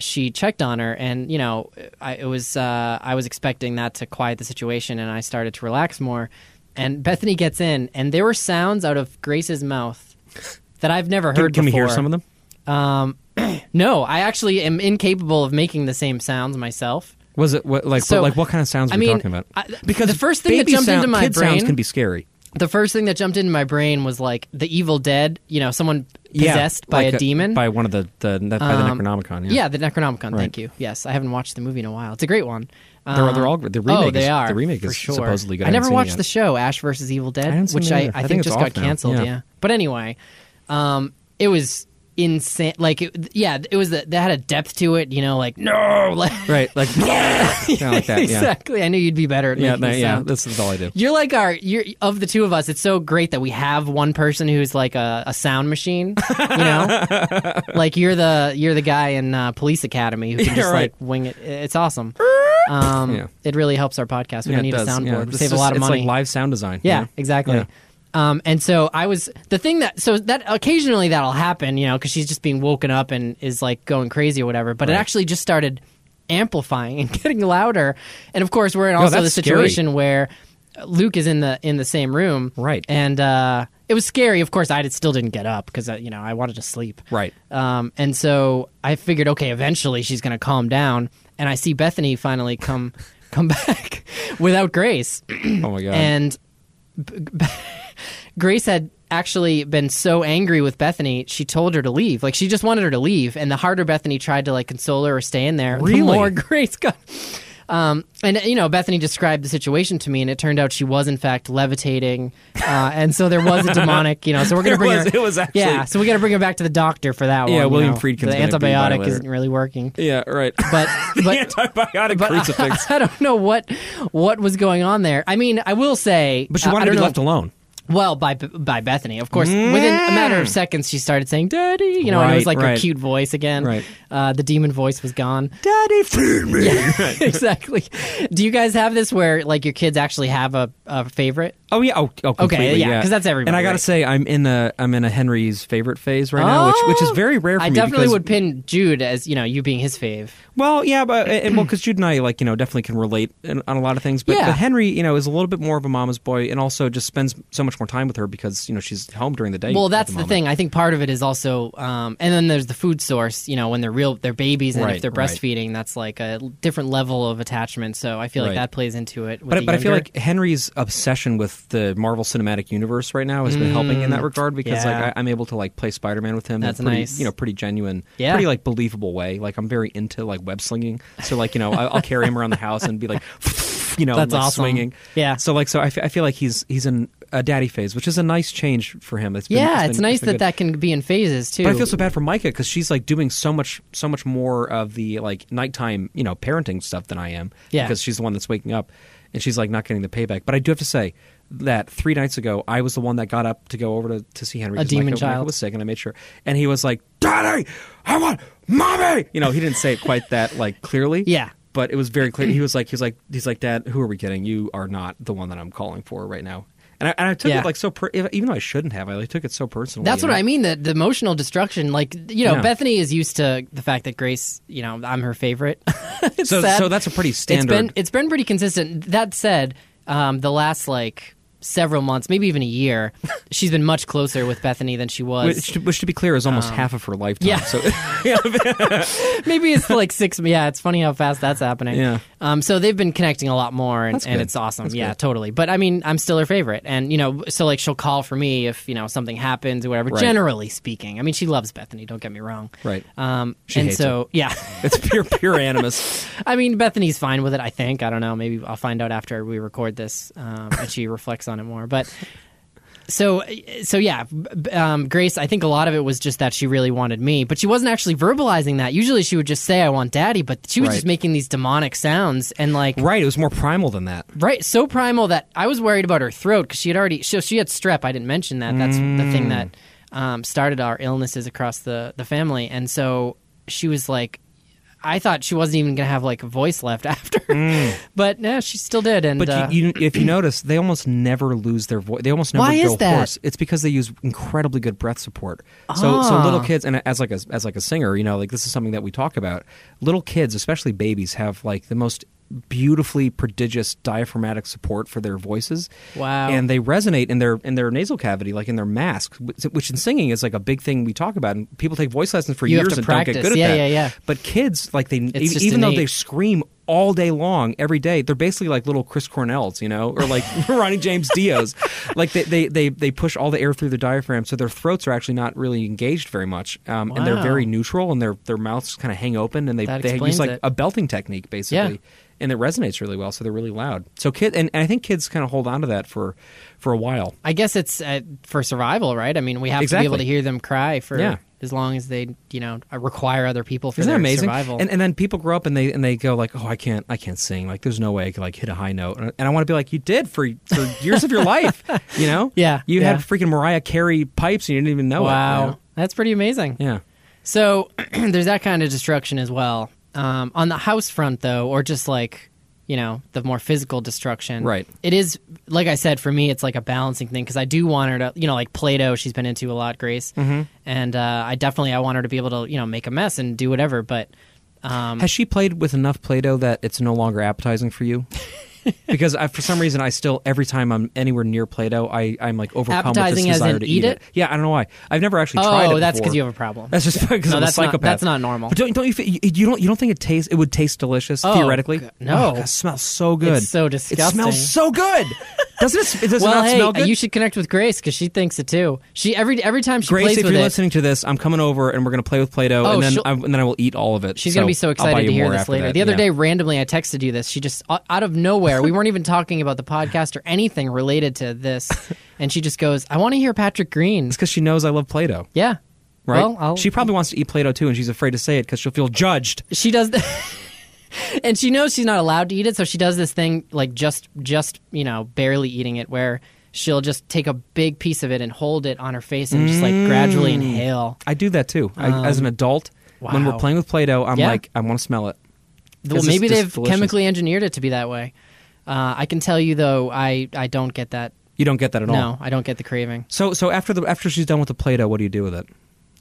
she checked on her, and you know I it was uh, I was expecting that to quiet the situation, and I started to relax more. And Bethany gets in, and there were sounds out of Grace's mouth that I've never Can, heard. can we before. hear some of them? No, I actually am incapable of making the same sounds myself. Was it what like So, like what kind of sounds are I we mean, talking about? I- because the first thing that baby jumped sound- into my kid sounds brain- can be scary. the first thing that jumped into my brain was like the Evil Dead. You know, someone Yeah, possessed by like a, demon. by one of the the by Um, the Necronomicon. yeah. Yeah, the Necronomicon. Thank you. Yes, I haven't watched the movie in a while. It's a great one. They're- Um, they're all- the remake oh, is- they are the remake for is sure. supposedly good. I I haven't never seen it watched yet. the show Ash versus Evil Dead, I haven't seen which it I, either. I I think think it's just off got now. canceled. Yeah. Yeah. but anyway, um, it was insane. Like, it, yeah, it was the, that had a depth to it. You know, like no, like, right. Like yeah, like that. Yeah, exactly. I knew you'd be better at yeah, making that- yeah. sounds. This is all I do. You're like our you're of the two of us. It's so great that we have one person who's like a, a sound machine. You know, like you're the you're the guy in uh, Police Academy who can Yeah, just right. like wing it. It's awesome. Um, Yeah. It really helps our podcast. We Yeah, don't need it does. a soundboard. Yeah, we it's save a just- lot of money. It's like live sound design. you Yeah, know? exactly. Yeah. Um, and so I was the thing that so that occasionally that'll happen, you know, because she's just being woken up and is like going crazy or whatever. But it Right. actually just started amplifying and getting louder. And of course, we're in also that's the scary. situation where Luke is in the in the same room, Right. And uh, it was scary. Of course, I did, still didn't get up because you know I wanted to sleep, Right. um, and so I figured, okay, eventually she's going to calm down. And I see Bethany finally come come back without Grace, Oh my god. and b- Grace had actually been so angry with Bethany, she told her to leave. Like she just wanted her to leave, and the harder Bethany tried to like console her or stay in there, Really? the more Grace got. Um, and you know, Bethany described the situation to me, and it turned out she was in fact levitating, uh, and so there was a demonic. You know, so we're gonna There bring was- her. it was actually- yeah, so we got to bring her back to the doctor for that one. Yeah, you William know. Friedkin's The gonna be by antibiotic later. isn't really working, yeah, right. but the but antibiotic crucifix. I don't know what what was going on there. I mean, I will say, But she Uh, I wanted to don't be know left alone. well, by by Bethany, of course. Within a matter of seconds, she started saying "Daddy," you know, and it was Right, like right. her cute voice again. Right. Uh, the demon voice was gone. Daddy, feed me. exactly. Do you guys have this where like your kids actually have a, a favorite? Oh yeah, oh, oh completely, yeah, 'cause that's everybody, And I gotta right? say, I'm in a I'm in a Henry's favorite phase right now, which which is Oh! very rare. for I me definitely because- would pin Jude as you know you being his fave. Well, yeah, but and well, because Jude and I like you know definitely can relate in, on a lot of things. But, Yeah. but Henry, you know, is a little bit more of a mama's boy, and also just spends so much more time with her because you know she's home during the day. Well, at that's the, the, moment. thing. I think part of it is also, um, and then there's the food source. You know, when they're real, they're babies, and Right, if they're right. breastfeeding, that's like a different level of attachment. So I feel Right. like that plays into it. With But, the but I feel younger- like Henry's obsession with the Marvel Cinematic Universe right now has been helping in that regard because Mm, yeah. like I, I'm able to like play Spider Man with him. That's in a pretty, nice. You know, pretty genuine, Yeah. pretty like believable way. Like I'm very into like web slinging, so like you know I, I'll carry him around the house and be like, you know, That's like awesome. swinging. Yeah. So like so I, f- I feel like he's he's in a daddy phase, which is a nice change for him. It's been, yeah, been- it's nice been that good. that can be in phases too. But I feel so bad for Micah because she's like doing so much, so much more of the like nighttime, you know, parenting stuff than I am. Yeah. Because she's the one that's waking up, and she's like not getting the payback. But I do have to say that three nights ago, I was the one that got up to go over to, to see Henry. A 'cause demon Micah, Micah child. was sick, and I made sure. And he was like, "Daddy, I want mommy." You know, he didn't say it quite that like clearly. Yeah. But it was very clear. He was like, he was like, he's like, Dad, who are we kidding? You are not the one that I'm calling for right now. And I, and I took Yeah. it like so, per- even though I shouldn't have, I like, took it so personally. That's you what know? I mean. The, the emotional destruction, like you know, Yeah. Bethany is used to the fact that Grace, you know, I'm her favorite. It's So, sad. so that's a pretty it's standard. been it's been pretty consistent. That said, um, the last like several months, maybe even a year, she's been much closer with Bethany than she was. which, which, to be clear, is almost half of her lifetime. Um, yeah. So, maybe it's like six. Yeah, it's funny how fast that's happening. Yeah. Um. So they've been connecting a lot more, and, and good. it's awesome. That's yeah, good. totally. But I mean, I'm still her favorite, and you know, so like she'll call for me if you know something happens or whatever. Right. Generally speaking, I mean, she loves Bethany. Don't get me wrong. Right. Um. She and hates so yeah, it's pure pure animus. I mean, Bethany's fine with it. I think. I don't know. Maybe I'll find out after we record this, um, and she reflects on it more. But so so yeah, b- um, Grace. I think a lot of it was just that she really wanted me, but she wasn't actually verbalizing that. Usually, she would just say, "I want daddy," but she was Right. just making these demonic sounds and like Right, it was more primal than that. Right, so primal that I was worried about her throat because she had already so she had strep. I didn't mention that. That's the Mm. thing that um, started our illnesses across the the family, and so she was like, I thought she wasn't even gonna have like a voice left after, but no, she still did. And Mm. But uh, you, you, if you notice, they almost never lose their voice. They almost never Why go is that? hoarse. It's because they use incredibly good breath support. So, so Ah. little kids, and as like a, as like a singer, you know, like this is something that we talk about. Little kids, especially babies, have like the most beautifully prodigious diaphragmatic support for their voices. Wow. And they resonate in their in their nasal cavity, like in their masks, wh- which in singing is like a big thing we talk about. And people take voice lessons for You have years to and don't practice. get good at Yeah, that. yeah, yeah. But kids, like they, e- just even though innate. they scream all day long, every day. They're basically like little Chris Cornells, you know, or like Ronnie James Dio's. Like they, they, they, they push all the air through the diaphragm, so their throats are actually not really engaged very much, um, and they're Wow. very neutral, and their their mouths kind of hang open, and they That they use explains like it. a belting technique basically. Yeah. And it resonates really well, so they're really loud. So kid, and, and I think kids kind of hold on to that for, for a while. I guess it's uh, for survival, right? I mean, we have to be Exactly. able to hear them cry for Yeah. as long as they you know require other people for Isn't their that amazing? survival. And and then people grow up and they and they go like, oh, I can't, I can't sing. Like, there's no way I could like hit a high note. And, and I want to be like, you did for for years of your life. You know? Yeah, You had yeah. freaking Mariah Carey pipes and you didn't even know wow, it. that's pretty amazing. you know? Yeah. So there's that kind of destruction as well. Um, on the house front, though, or just like, you know, the more physical destruction. Right. It is, like I said, for me, it's like a balancing thing because I do want her to, you know, like Play Doh, she's been into a lot, Grace. Mm-hmm. And uh, I definitely, I want her to be able to, you know, make a mess and do whatever. But um, Has she played with enough Play-Doh that it's no longer appetizing for you? because I, for some reason, I still every time I'm anywhere near Play-Doh, I I'm like overcome with Appetizing as this desire in to eat it? Yeah, I don't know why. I've never actually tried it. oh, that's before. because you have a problem. That's just because No, I'm that's a not- psychopath. that's not normal. But don't, don't you, fe- you you don't you don't think it tastes it would taste delicious Oh, theoretically? g- no. oh, God, it smells so good. It's so It disgusting. smells so good. Doesn't it? s- Does it well, not hey, smell uh, good? you should connect with Grace because she thinks it too. She every every time she Grace, plays if with you're it, listening to this, I'm coming over and we're gonna play with Play-Doh, Oh, and then she'll- I, and then I will eat all of it. She's going to be so I'll buy excited to you hear more this after later. that. The other Yeah. day, randomly, I texted you this. She just, o- out of nowhere, we weren't even talking about the podcast or anything related to this. And she just goes, I want to hear Patrick Green. it's because she knows I love Play-Doh. Yeah. Right? Well, I'll, She she, probably wants to eat Play-Doh too, and she's afraid to say it because she'll feel judged. she does th- and she knows she's not allowed to eat it. So she does this thing, like just, just, you know, barely eating it, where she'll just take a big piece of it and hold it on her face and just like Mm. gradually inhale. I do that too. I, as an adult, when Um, wow. we're playing with Play-Doh, I'm Yeah. like, I want to smell it. Well, 'Cause it's maybe just they've delicious. chemically engineered it to be that way. Uh, I can tell you, though, I, I don't get that. You don't get that at all. No, I don't get the craving. So so after the after she's done with the play-doh, what do you do with it?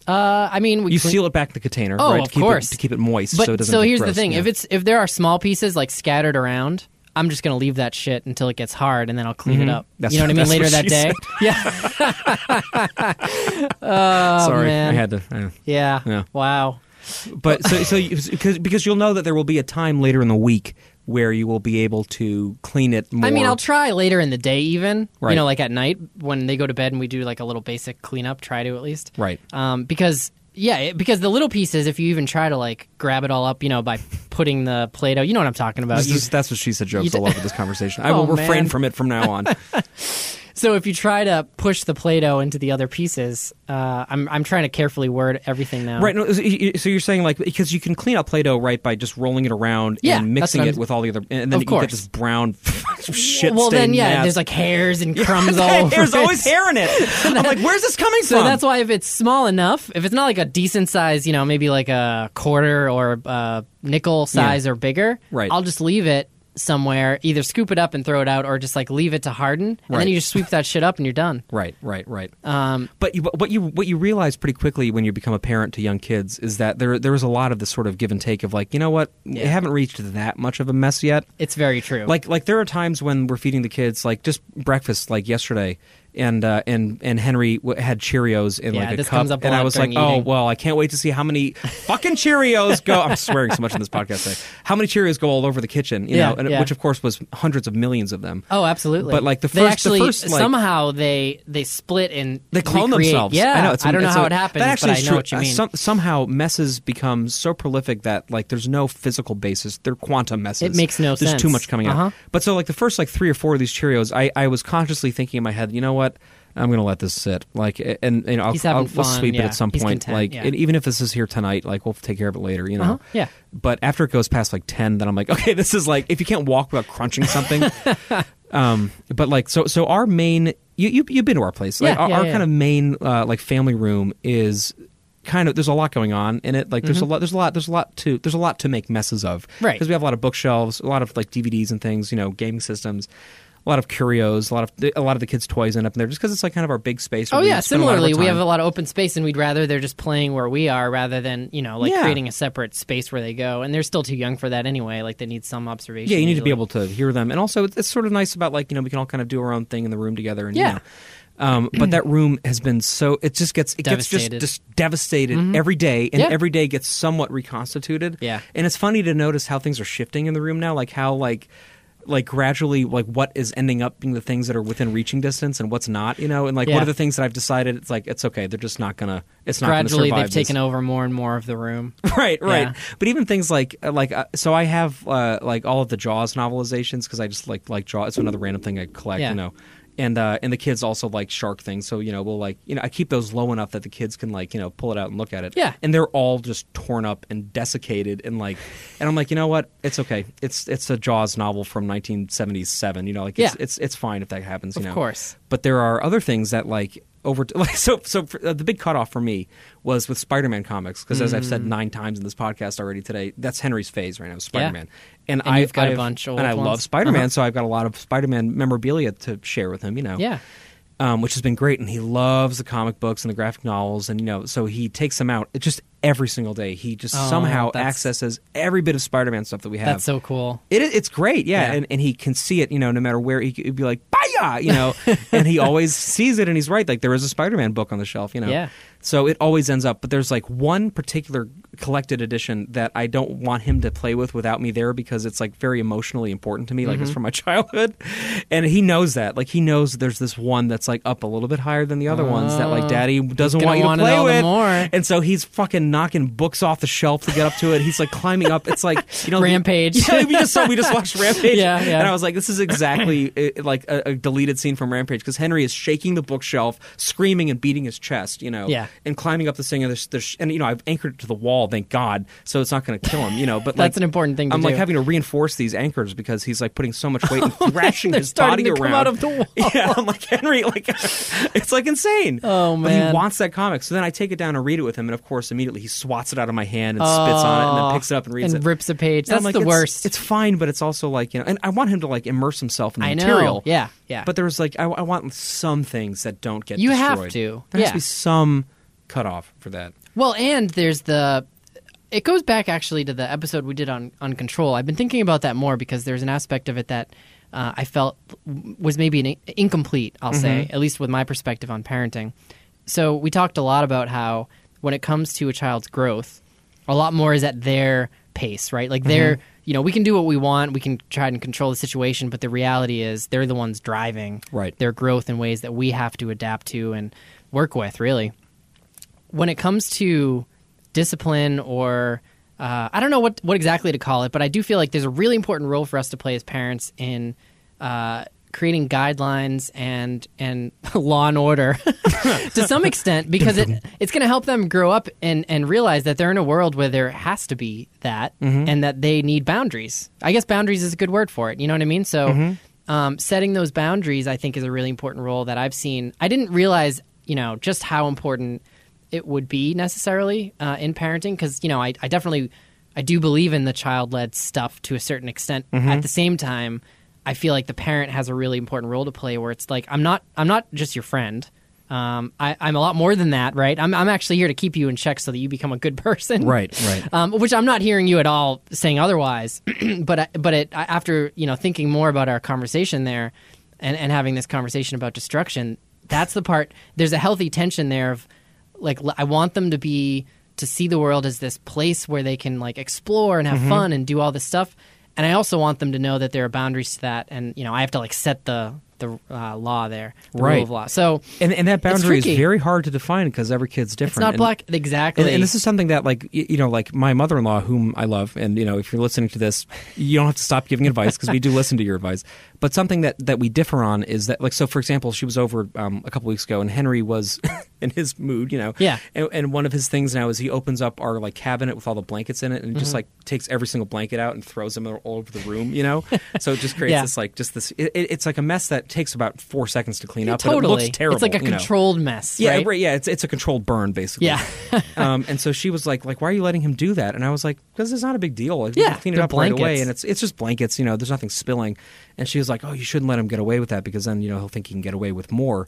Uh, I mean, we You clean- seal it back in the container, Oh, right? of to keep course. it, to keep it moist, But so it so, doesn't. get here's gross, the thing: yeah. if it's if there are small pieces like scattered around, I'm just gonna leave that shit until it gets hard, and then I'll clean it up. Mm-hmm. That's- you know what I mean? that's Later what that she day. said. Yeah, sorry, man. I had to. yeah. yeah, Yeah. Wow. But so so you- because because you'll know that there will be a time later in the week where you will be able to clean it more. I mean, I'll try later in the day, even Right. you know, like at night when they go to bed, and we do like a little basic cleanup. Try to at least. Right. Um, because yeah, it, because the little pieces, if you even try to like grab it all up, you know, by putting the Play-Doh, you know what I'm talking about. This You- is- that's what she said. you Jokes d- all over this conversation. I Oh, will refrain man. from it from now on. So if you try to push the Play-Doh into the other pieces, uh, I'm I'm trying to carefully word everything now. Right. No, so you- so you're saying like because you can clean out Play-Doh right by just rolling it around Yeah, and mixing that's what it I'm- with all the other, and then Of you can course. get this brown shit. well, then stained yeah, mass. there's like hairs and crumbs all over. There's it. always hair in it. I'm like, where's this coming So from? that's why if it's small enough, if it's not like a decent size, you know, maybe like a quarter or a nickel size or bigger, Right. I'll just leave it somewhere, either scoop it up and throw it out, or just like leave it to harden, and Right. then you just sweep that shit up and you're done. Right, right, right. Um, but you, what you what you realize pretty quickly when you become a parent to young kids is that there there is a lot of this sort of give and take of like, you know what, we haven't reached that much of a mess yet. it's very true. Like like there are times when we're feeding the kids like just breakfast like yesterday. And uh, and and Henry w- had Cheerios in Yeah, like a this cup, comes up a and I lot was like, during "Oh eating. well, I can't wait to see how many fucking Cheerios go." I'm swearing so much in this podcast today. How many Cheerios go all over the kitchen? You Yeah, know, and, yeah. which of course was hundreds of millions of them. Oh, absolutely. But, like, the they first- the actually first, like- somehow they they split and They clone recreate. themselves. Yeah, I know. It's, don't know it's how a- it happens, That actually but I is know true. what you Uh, mean. Some, somehow messes become so prolific that like there's no physical basis. They're quantum messes. It makes no there's sense. too much coming Uh-huh. out. But so like the first like three or four of these Cheerios, I I was consciously thinking in my head, you know what. I'm gonna let this sit. Like, and, and I'll, He's having I'll- we'll fun, sweep it yeah. at some He's point. content, like, yeah. and even if this is here tonight, like we'll take care of it later. You know, Uh-huh, yeah. But after it goes past like ten, then I'm like, okay, this is like if you can't walk without crunching something. um, but like, so so our main, you, you you've been to our place. Like, Yeah, our, yeah, our yeah. kind of main uh, like family room is kind of there's a lot going on in it like there's a lot there's a lot there's a lot to there's a lot to make messes of Mm-hmm. Right. because we have a lot of bookshelves a lot of like dvds and things you know gaming systems a lot of curios a lot of a lot of the kids toys end up in there just because it's like kind of our big space Oh where we yeah. spend a lot of our Similarly, we time. have a lot of open space, and we'd rather they're just playing where we are rather than you know like Yeah. creating a separate space where they go. And they're still too young for that anyway. Like they need some observation. yeah you need to be usually. able to hear them and also it's, it's sort of nice about like you know we can all kind of do our own thing in the room together and you Yeah. know. um, but that room has been so it just gets it Devastated. Mm-hmm. gets just, just devastated every day and Yeah. every day gets somewhat reconstituted Yeah. and it's funny to notice how things are shifting in the room now like how like like gradually like what is ending up being the things that are within reaching distance and what's not you know and like what Yeah. are the things that i've decided it's like it's okay they're just not gonna it's not Gradually, gonna they've survive this taken over more and more of the room. right right Yeah. but even things like like uh, so i have uh, like all of the jaws novelizations because i just like like jaw it's another random thing i collect Yeah. you know and uh, and the kids also like shark things so you know we'll like you know i keep those low enough that the kids can like you know pull it out and look at it Yeah. and they're all just torn up and desiccated and like and i'm like you know what it's okay it's it's a jaws novel from 1977 you know like it's Yeah. it's, it's fine if that happens you Of know course. but there are other things that like over t- like so so for, uh, the big cutoff for me was with Spider-Man comics because as I've Mm. said nine times in this podcast already today, that's Henry's phase right now, Spider-Man, And and, I've you've got a I've- bunch of and I old love ones. Spider-Man, Uh-huh. so I've got a lot of Spider-Man memorabilia to share with him, you know, Yeah. um, which has been great, and he loves the comic books and the graphic novels, and you know, so he takes them out it just every single day. He just Oh, somehow that's- accesses every bit of Spider-Man stuff that we have. That's so cool. It, is- it's great, yeah. Yeah. And, and he can see it, you know, no matter where he would be like, Baya! You know, and he always sees it and he's right. Like, there is a Spider Man book on the shelf, you know. Yeah. So it always ends up, but there's like one particular collected edition that I don't want him to play with without me there because it's like very emotionally important to me. Like, Mm-hmm. it's from my childhood. And he knows that. Like, he knows there's this one that's like up a little bit higher than the other ones that like Oh. daddy doesn't Gonna want you to want it play all the with. more. And so he's fucking knocking books off the shelf to get up to it. He's like climbing up. It's like, you know, Rampage. Yeah, we just saw, we just watched Rampage. Yeah, yeah. And I was like, this is exactly uh, like a, a deleted scene from Rampage because Henry is shaking the bookshelf, screaming and beating his chest, you know, Yeah. and climbing up this thing. And, there's, there's, and you know, I've anchored it to the wall, thank God, so it's not going to kill him, you know. But That's like, an important thing to I'm like do. having to reinforce these anchors because he's like putting so much weight and thrashing they're his body starting to around. come out of the wall. Yeah, I'm like Henry, like it's like insane. Oh, But man. he wants that comic, so then I take it down and read it with him, and of course, immediately he swats it out of my hand and spits on it, and Oh, then picks it up and reads and it. rips a page. And I'm That's like, the it's, worst. It's fine, but it's also like you know, and I want him to like immerse himself in the I know. material. Yeah, yeah. But there's like I, I want some things that don't get. You have destroyed. to, There has yeah. to be some cutoff for that. Well, and there's the. It goes back actually to the episode we did on on control. I've been thinking about that more because there's an aspect of it that uh, I felt w- was maybe an in- incomplete. I'll say at least with my perspective on parenting. So we talked a lot about how when it comes to a child's growth, a lot more is at their pace, right? Like they're you know we can do what we want, we can try and control the situation, but the reality is they're the ones driving Right. their growth in ways that we have to adapt to and work with, really when it comes to discipline or uh, I don't know what what exactly to call it, but I do feel like there's a really important role for us to play as parents in uh, creating guidelines and and law and order to some extent because it it's going to help them grow up and and realize that they're in a world where there has to be that and that they need boundaries. I guess boundaries is a good word for it. You know what I mean? So. Um, setting those boundaries, I think, is a really important role that I've seen. I didn't realize, you know, just how important it would be necessarily uh, in parenting because you know I, I definitely i do believe in the child-led stuff to a certain extent at the same time i feel like the parent has a really important role to play where it's like i'm not i'm not just your friend um, I, I'm a lot more than that, right? I'm, I'm actually here to keep you in check so that you become a good person, Right, right. Um, which I'm not hearing you at all saying otherwise, but I, but it, I- after you know thinking more about our conversation there, and and having this conversation about destruction, that's the part. There's a healthy tension there of like l- I want them to be to see the world as this place where they can like explore and have Mm-hmm. fun and do all this stuff, and I also want them to know that there are boundaries to that, and you know I have to like set the the uh, law there, the rule Right. of law. So And, and that boundary is tricky. very hard to define because every kid's different. it's not And- black exactly. And, and this is something that, like, y- you know, like my mother in law, whom I love, and, you know, if you're listening to this, you don't have to stop giving advice because we do listen to your advice. But something that, that we differ on is that, like, so for example, she was over um, a couple weeks ago and Henry was in his mood, you know. Yeah. And, and one of his things now is he opens up our, like, cabinet with all the blankets in it and Mm-hmm. just, like, takes every single blanket out and throws them all over the room, you know? so it just creates Yeah. this, like, just this, it, it- it's like a mess that takes about four seconds to clean up. but totally, It looks terrible. it's like a you know? controlled mess. Yeah, right? right. Yeah, it's it's a controlled burn basically. Yeah. um, and so she was like, like, why are you letting him do that? And I was like, because it's not a big deal. Like, Yeah, you can clean it they're up right away, blankets. and it's it's just blankets. You know, there's nothing spilling. And she was like, oh, you shouldn't let him get away with that because then you know he'll think he can get away with more.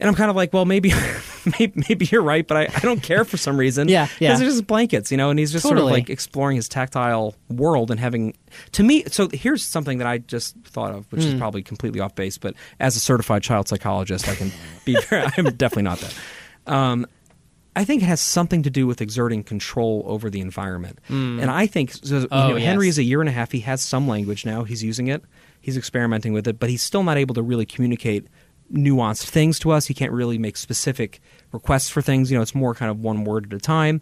And I'm kind of like, well, maybe, maybe, maybe you're right, but I, I don't care for some reason. Yeah, yeah. Because they're just blankets, you know. And he's just sort Totally. of like exploring his tactile world and having, to me. So here's something that I just thought of, which is probably completely off base, but as a certified child psychologist, I can be. I'm definitely not that. Um, I think it has something to do with exerting control over the environment. And I think so, you Hmm. Oh, know, Henry yes. is a year and a half. He has some language now. He's using it. He's experimenting with it, but he's still not able to really communicate nuanced things to us. He can't really make specific requests for things. You know, it's more kind of one word at a time.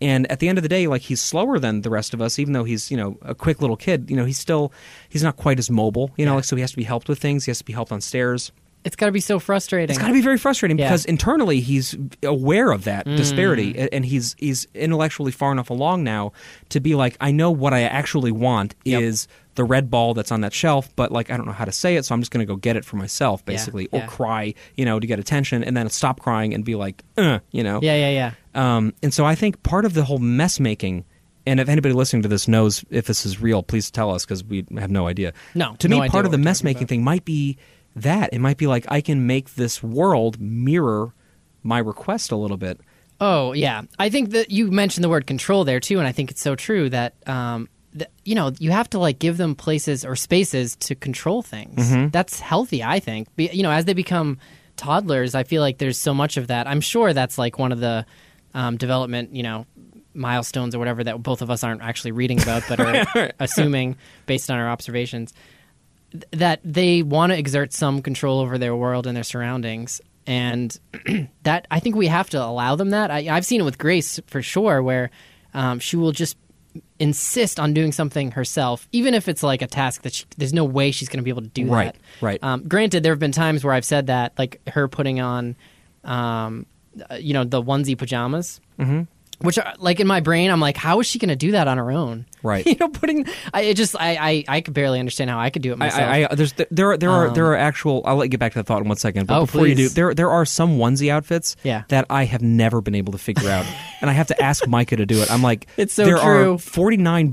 And at the end of the day, like he's slower than the rest of us, even though he's you know a quick little kid. You know, he's still he's not quite as mobile. You know, like so he has to be helped with things. He has to be helped on stairs. It's got to be so frustrating. It's got to be very frustrating Yeah. Mm. because internally he's aware of that disparity, a- and he's he's intellectually far enough along now to be like, I know what I actually want Yep. is the red ball that's on that shelf, but like I don't know how to say it, so I'm just going to go get it for myself, basically, or yeah. cry, you know, to get attention, and then stop crying and be like, uh, you know, yeah, yeah, yeah. um, and so I think part of the whole mess making, and if anybody listening to this knows if this is real, please tell us because we have no idea. No, to no me, idea part what of the we're mess talking making about. thing might be that it might be like I can make this world mirror my request a little bit. Oh yeah, I think that you mentioned the word control there too, and I think it's so true that um, th- you know you have to like give them places or spaces to control things. That's healthy, I think. Be, you know, as they become toddlers, I feel like there's so much of that. I'm sure that's like one of the um, development, you know, milestones or whatever that both of us aren't actually reading about, but are assuming based on our observations th- that they want to exert some control over their world and their surroundings and that i think we have to allow them that I, i've seen it with grace for sure where um, she will just insist on doing something herself even if it's like a task that she, there's no way she's going to be able to do Right, that right. um, granted there have been times where i've said that like her putting on um, uh, you know the onesie pajamas Mm-hmm. which are, like in my brain i'm like how is she going to do that on her own Right. you know putting i it just I, I i could barely understand how i could do it myself Um, I, I, I there's there are, there are there are actual. I'll let you get back to that thought in one second. But Oh, before you do, please. there there are some onesie outfits Yeah. that I have never been able to figure out, and I have to ask Micah to do it. I'm like, It's so there are true. 49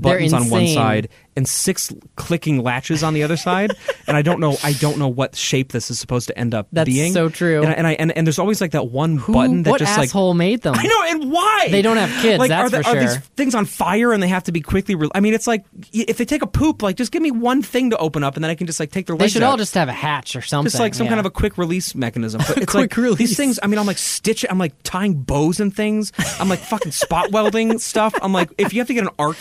They're buttons on one insane. side and six clicking latches on the other side, and I don't know I don't know what shape this is supposed to end up That's being. so true. And I, and, I, and and there's always like that one button that what just like asshole made them? I know, and why? Um, They don't have kids, Like, that's are, the- for are these sure. things on fire and they have to be quickly? Re- I mean, it's like y- if they take a poop, like just give me one thing to open up, and then I can just like take their They legs should out. all just have a hatch or something. Just like some yeah. kind of a quick release mechanism. But it's Quick like these release. things. I mean, I'm like stitching. I'm like tying bows and things. I'm like fucking spot welding stuff. I'm like, if you have to get an arc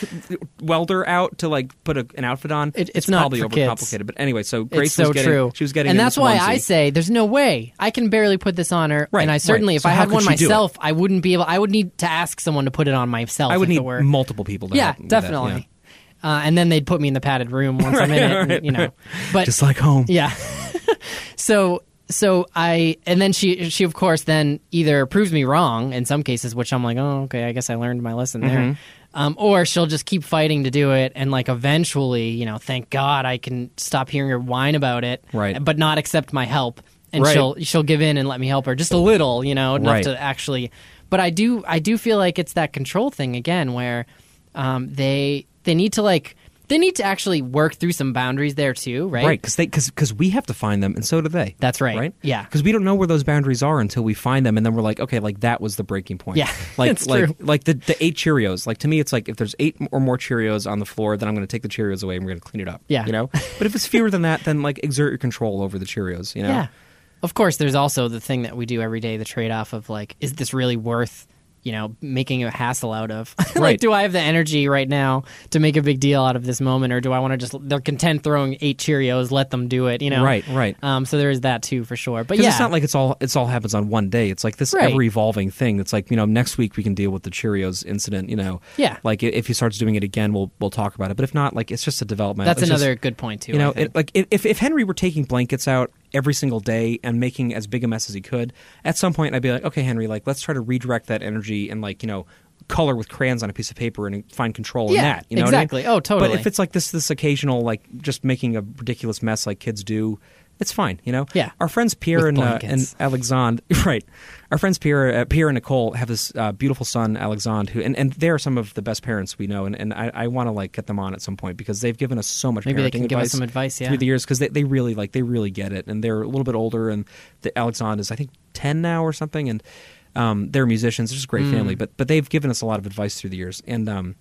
welder out, to like put a, an outfit on, It- it's not probably for kids. overcomplicated. But anyway, so It's Grace so was getting, true. She was getting, and in that's this why onesie. I say there's no way I can barely put this on her. Right, and I right. certainly, if So I how had could one she do it? myself, I wouldn't be able. I would need to ask someone to put it on myself. I would if need it were. multiple people. To yeah, help with that, definitely. Uh, and then they'd put me in the padded room once I'm in it, and, you know. But Just like home. Yeah. so so I and then she she of course then either proves me wrong in some cases, which I'm like, oh okay, I guess I learned my lesson Mm-hmm. there. Um, or she'll just keep fighting to do it, and like eventually, you know, thank God I can stop hearing her whine about it, Right. But not accept my help, and Right. she'll she'll give in and let me help her just a little, you know, enough Right. to actually. But I do I do feel like it's that control thing again, where um, they they need to like they need to actually work through some boundaries there too, right? Right, because they because we have to find them, and so do they. That's right. Right. Yeah. Because we don't know where those boundaries are until we find them, and then we're like, okay, like that was the breaking point. Yeah, Like it's like true. like the the eight Cheerios. Like to me, it's like if there's eight or more Cheerios on the floor, then I'm going to take the Cheerios away and we're going to clean it up. Yeah. You know. But if it's fewer than that, then like exert your control over the Cheerios. You know. Yeah. Of course, there's also the thing that we do every day, the trade off of like, is this really worth you know, making a hassle out of. like, Right. do I have the energy right now to make a big deal out of this moment, or do I want to just? They're content throwing eight Cheerios. Let them do it. You know, Right, right. Um, so there is that too for sure. But 'Cause yeah, it's not like it's all it's all happens on one day. It's like this Right. ever evolving thing. It's like you know next week we can deal with the Cheerios incident. You know, Yeah. Like i- if he starts doing it again, we'll we'll talk about it. But if not, like it's just a development. that's It's just- another good point too. you know, I think. it, like i- if if Henry were taking blankets out every single day and making as big a mess as he could, at some point I'd be like, okay, Henry, like let's try to redirect that energy and like you know color with crayons on a piece of paper and find control in Yeah, that. You know what I mean? exactly. Oh, totally. But if it's like this this occasional like just making a ridiculous mess like kids do. It's fine, you know. Yeah. Our friends Pierre With and, uh, blankets. and Alexandre, right? Our friends Pierre, uh, Pierre and Nicole have this uh, beautiful son, Alexandre, who and, and they are some of the best parents we know, and, and I, I want to like get them on at some point because they've given us so much. Maybe they parenting can give us some advice, yeah. through the years because they, they really like they really get it, and they're a little bit older, and the Alexandre is I think ten now or something, and um, they're musicians, they're just a great Hmm. family, but but they've given us a lot of advice through the years, and um,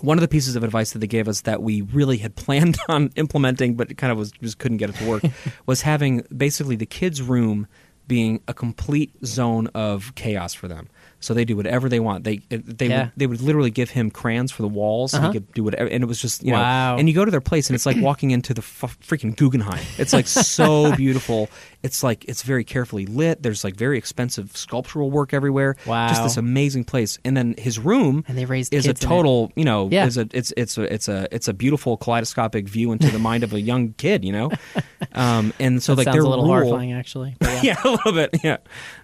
one of the pieces of advice that they gave us that we really had planned on implementing but kind of was just couldn't get it to work was having basically the kids room being a complete zone of chaos for them so they do whatever they want they they Yeah. would, they would literally give him crayons for the walls and Uh-huh. he could do whatever and it was just you Wow. know and you go to their place and it's like walking into the f- freaking Guggenheim it's like so beautiful it's like it's very carefully lit there's like very expensive sculptural work everywhere just Wow. this amazing place and then his room And they raised is a kids in it. total well, you know, Yeah. is a it's it's a it's a it's a beautiful kaleidoscopic view into the mind of a young kid, you know. Um, and so like sounds their a little rule, horrifying actually. But yeah. yeah. a little bit, yeah.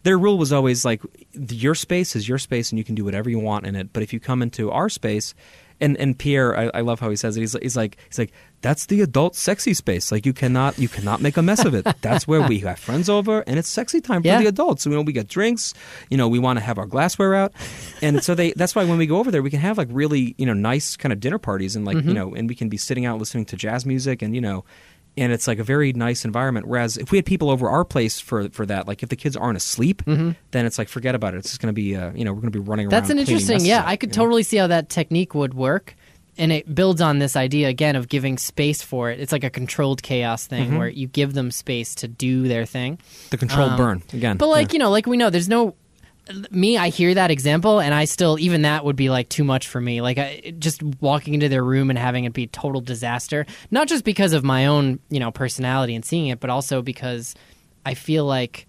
Their rule was always like, your space is your space, and you can do whatever you want in it. But if you come into our space, and and Pierre, I, I love how he says it. He's he's like he's like that's the adult sexy space. Like you cannot you cannot make a mess of it. That's where we have friends over, and it's sexy time for Yeah. the adults. You know, we get drinks. You know, we want to have our glassware out, and so they. That's why when we go over there, we can have like really you know nice kind of dinner parties, and like Mm-hmm. you know, and we can be sitting out listening to jazz music, and you know, and it's like a very nice environment. Whereas if we had people over our place for for that, like if the kids aren't asleep, then it's like forget about it. It's just going to be uh, you know we're going to be running Mm-hmm. That's around. an cleaning interesting. messes Yeah, up, I could you know? totally see how that technique would work, and it builds on this idea again of giving space for it. It's like a controlled chaos thing Mm-hmm. where you give them space to do their thing. the controlled Um, burn again. But like you know, like we know, there's no me. I hear that example, and I still even that would be like too much for me. Like I, just walking into their room and having it be total disaster. Not just because of my own you know personality and seeing it, but also because I feel like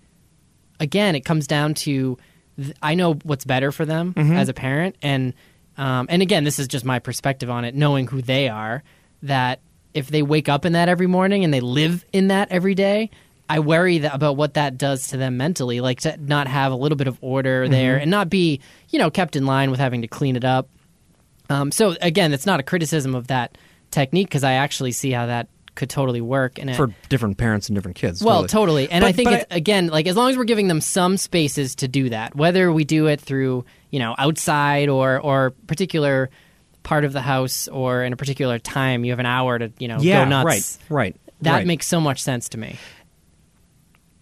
again it comes down to th- I know what's better for them as a parent, and um, and again this is just my perspective on it, knowing who they are. That if they wake up in that every morning and they live in that every day, I worry that, about what that does to them mentally. Like to not have a little bit of order there and not be you know kept in line with having to clean it up. Um, so again, it's not a criticism of that technique because I actually see how that could totally work and it, for different parents and different kids. well, totally. And But- I think but it's, again, like as long as we're giving them some spaces to do that, whether we do it through you know outside or or particular part of the house or in a particular time, you have an hour to you know yeah, go nuts. right, right. That right. makes so much sense to me.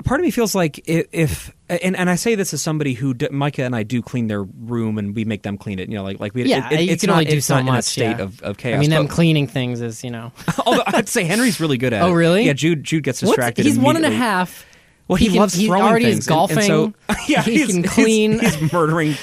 part of me feels like i- if and, and I say this as somebody who d- Micah and I do clean their room and we make them clean it. You know, like like we Yeah, it, it- you it's can not, only do it's so not in a much, state yeah. of, of chaos. I mean, them but- cleaning things is you know although I'd say Henry's really good at it. Oh, really? Yeah, Jude Jude gets distracted. He's one and a immediately. half. Well, he, can- loves he throwing already things. is and- golfing. and so, yeah, he he's- can he's- clean. He's, murdering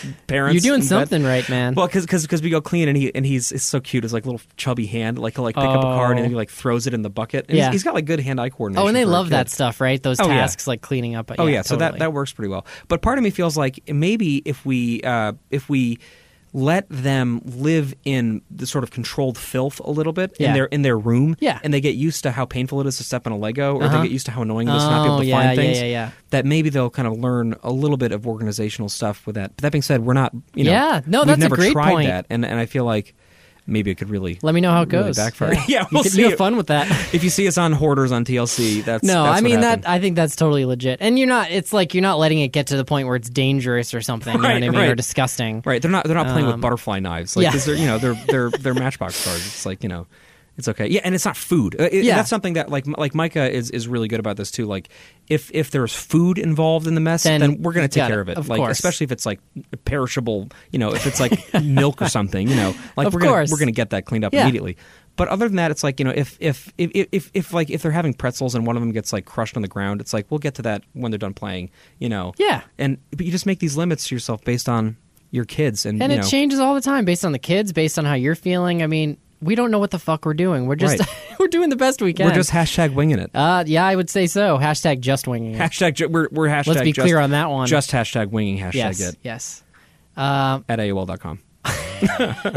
parents. You're doing in bed. something right, man. Well, because we go clean and he and he's it's so cute. His like little chubby hand, like he'll like pick up a card and Oh. he like throws it in the bucket. And Yeah. he's, he's got like good hand eye coordination. oh, and they for a love that kid. stuff, right? Those Oh, yeah. tasks like cleaning up. Oh yeah, so that totally. that works pretty well. But part of me feels like maybe if we uh, if we let them live in the sort of controlled filth a little bit in Yeah. their in their room, Yeah. and they get used to how painful it is to step on a Lego, or Uh-huh. they get used to how annoying it is to not be able Oh, to yeah, find yeah, things. yeah, yeah. That maybe they'll kind of learn a little bit of organizational stuff with that. But that being said, we're not you know Yeah. No, we've that's a never great tried point. that, and and I feel like maybe it could really Let me know how it really goes. backfire. Yeah, you, we'll could- see. you have fun with that. If you see us on Hoarders on TLC, that's No, that's I what mean happened. that. I think that's totally legit. And you're not. It's like you're not letting it get to the point where it's dangerous or something. you know Right, what I mean? Or right. disgusting. Right, they're not they're not playing Um, with butterfly knives. Like yeah. 'cause they're you know they're they're they're matchbox cards. It's like you know, it's okay. Yeah, and it's not food. Uh, it- Yeah. that's something that like like Micah is is really good about this too. Like if if there's food involved in the mess, Then then, we're gonna you take gotta- care of it. of like course. especially if it's like perishable. You know, if it's like milk or something. You know, like Of we're gonna, course. we're gonna get that cleaned up Yeah. immediately. But other than that, it's like you know, if if, if if if if like if they're having pretzels and one of them gets like crushed on the ground, it's like we'll get to that when they're done playing. You know, Yeah. and but you just make these limits to yourself based on your kids and, And you it know, changes all the time based on the kids, based on how you're feeling. I mean, we don't know what the fuck we're doing. We're just Right. we're doing the best we can. we're just hashtag winging it. uh, yeah, I would say so. Hashtag just winging. It. hashtag ju- we're we're hashtag. Let's be just, clear on that one. Just hashtag winging hashtag yes, Um, yes. it at AOL.com.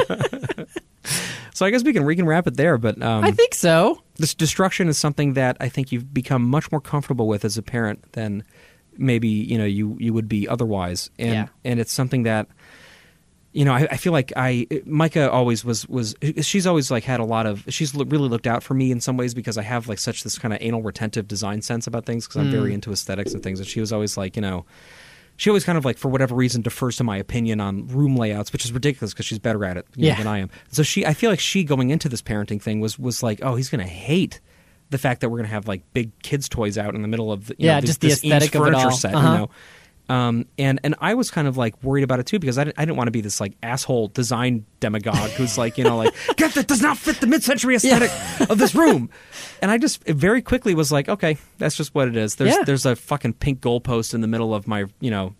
so I guess we can we can wrap it there. But um, I think so. this destruction is something that I think you've become much more comfortable with as a parent than maybe you know you you would be otherwise, and Yeah. and it's something that you know I, I feel like I Micah always was was she's always like had a lot of she's lo- really looked out for me in some ways because I have like such this kind of anal retentive design sense about things because I'm very into aesthetics and things, and she was always like you know. She always kind of like, for whatever reason, defers to my opinion on room layouts, which is ridiculous because she's better at it you know, Yeah. than I am. So she, I feel like she going into this parenting thing was was like, oh, he's going to hate the fact that we're going to have like big kids' toys out in the middle of the, you Yeah, know, this- just the this Eames aesthetic of it furniture all. set, Uh-huh. you know. Um, and and I was kind of like worried about it too because I didn't, I didn't want to be this like asshole design demagogue who's like you know like God that does not fit the mid century aesthetic of this room, and I just very quickly was like okay that's just what it is there's Yeah. there's a fucking pink goalpost in the middle of my you know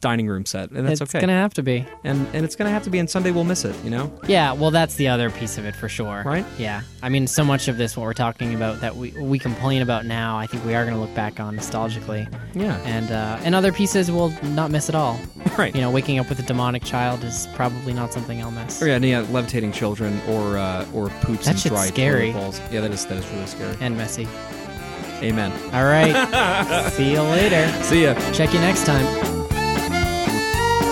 dining room set and that's it's okay gonna have to be. and and it's gonna have to be and someday we'll miss it you know Yeah, well, that's the other piece of it for sure. Right? Yeah. I mean, so much of this, what we're talking about, that we we complain about now, I think we are going to look back on nostalgically. yeah And uh, and other pieces will not miss at all. right You know, waking up with a demonic child is probably not something I'll miss. Or yeah, and yeah, uh, levitating children or uh, or poops That and shit's dry scary. toilet balls. Yeah, that is that is really scary. And messy. Amen. All right. See you later. See ya. Check you next time.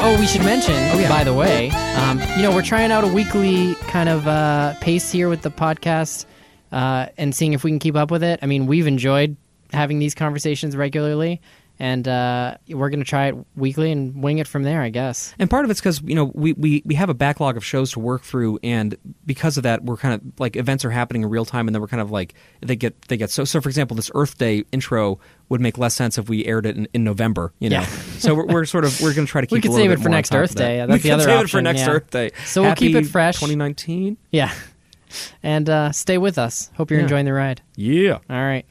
Oh, we should mention, yeah. by the way, um, you know, we're trying out a weekly kind of uh, pace here with the podcast uh, and seeing if we can keep up with it. I mean, we've enjoyed having these conversations regularly, and uh, we're going to try it weekly and wing it from there, I guess. And part of it's because you know we, we we have a backlog of shows to work through, and because of that, we're kind of like events are happening in real time, and then we're kind of like they get they get so so. For example, this Earth Day intro would make less sense if we aired it in, in November. You know, Yeah. so we're, we're sort of we're going to try to keep. We could a little save bit it for more on next top of Earth that. Day. Yeah, we that's the could other save it for option, next yeah. Earth Day. So we'll keep Happy it fresh. 2019. Yeah. And uh, stay with us. Hope you're Yeah. enjoying the ride. Yeah. All right.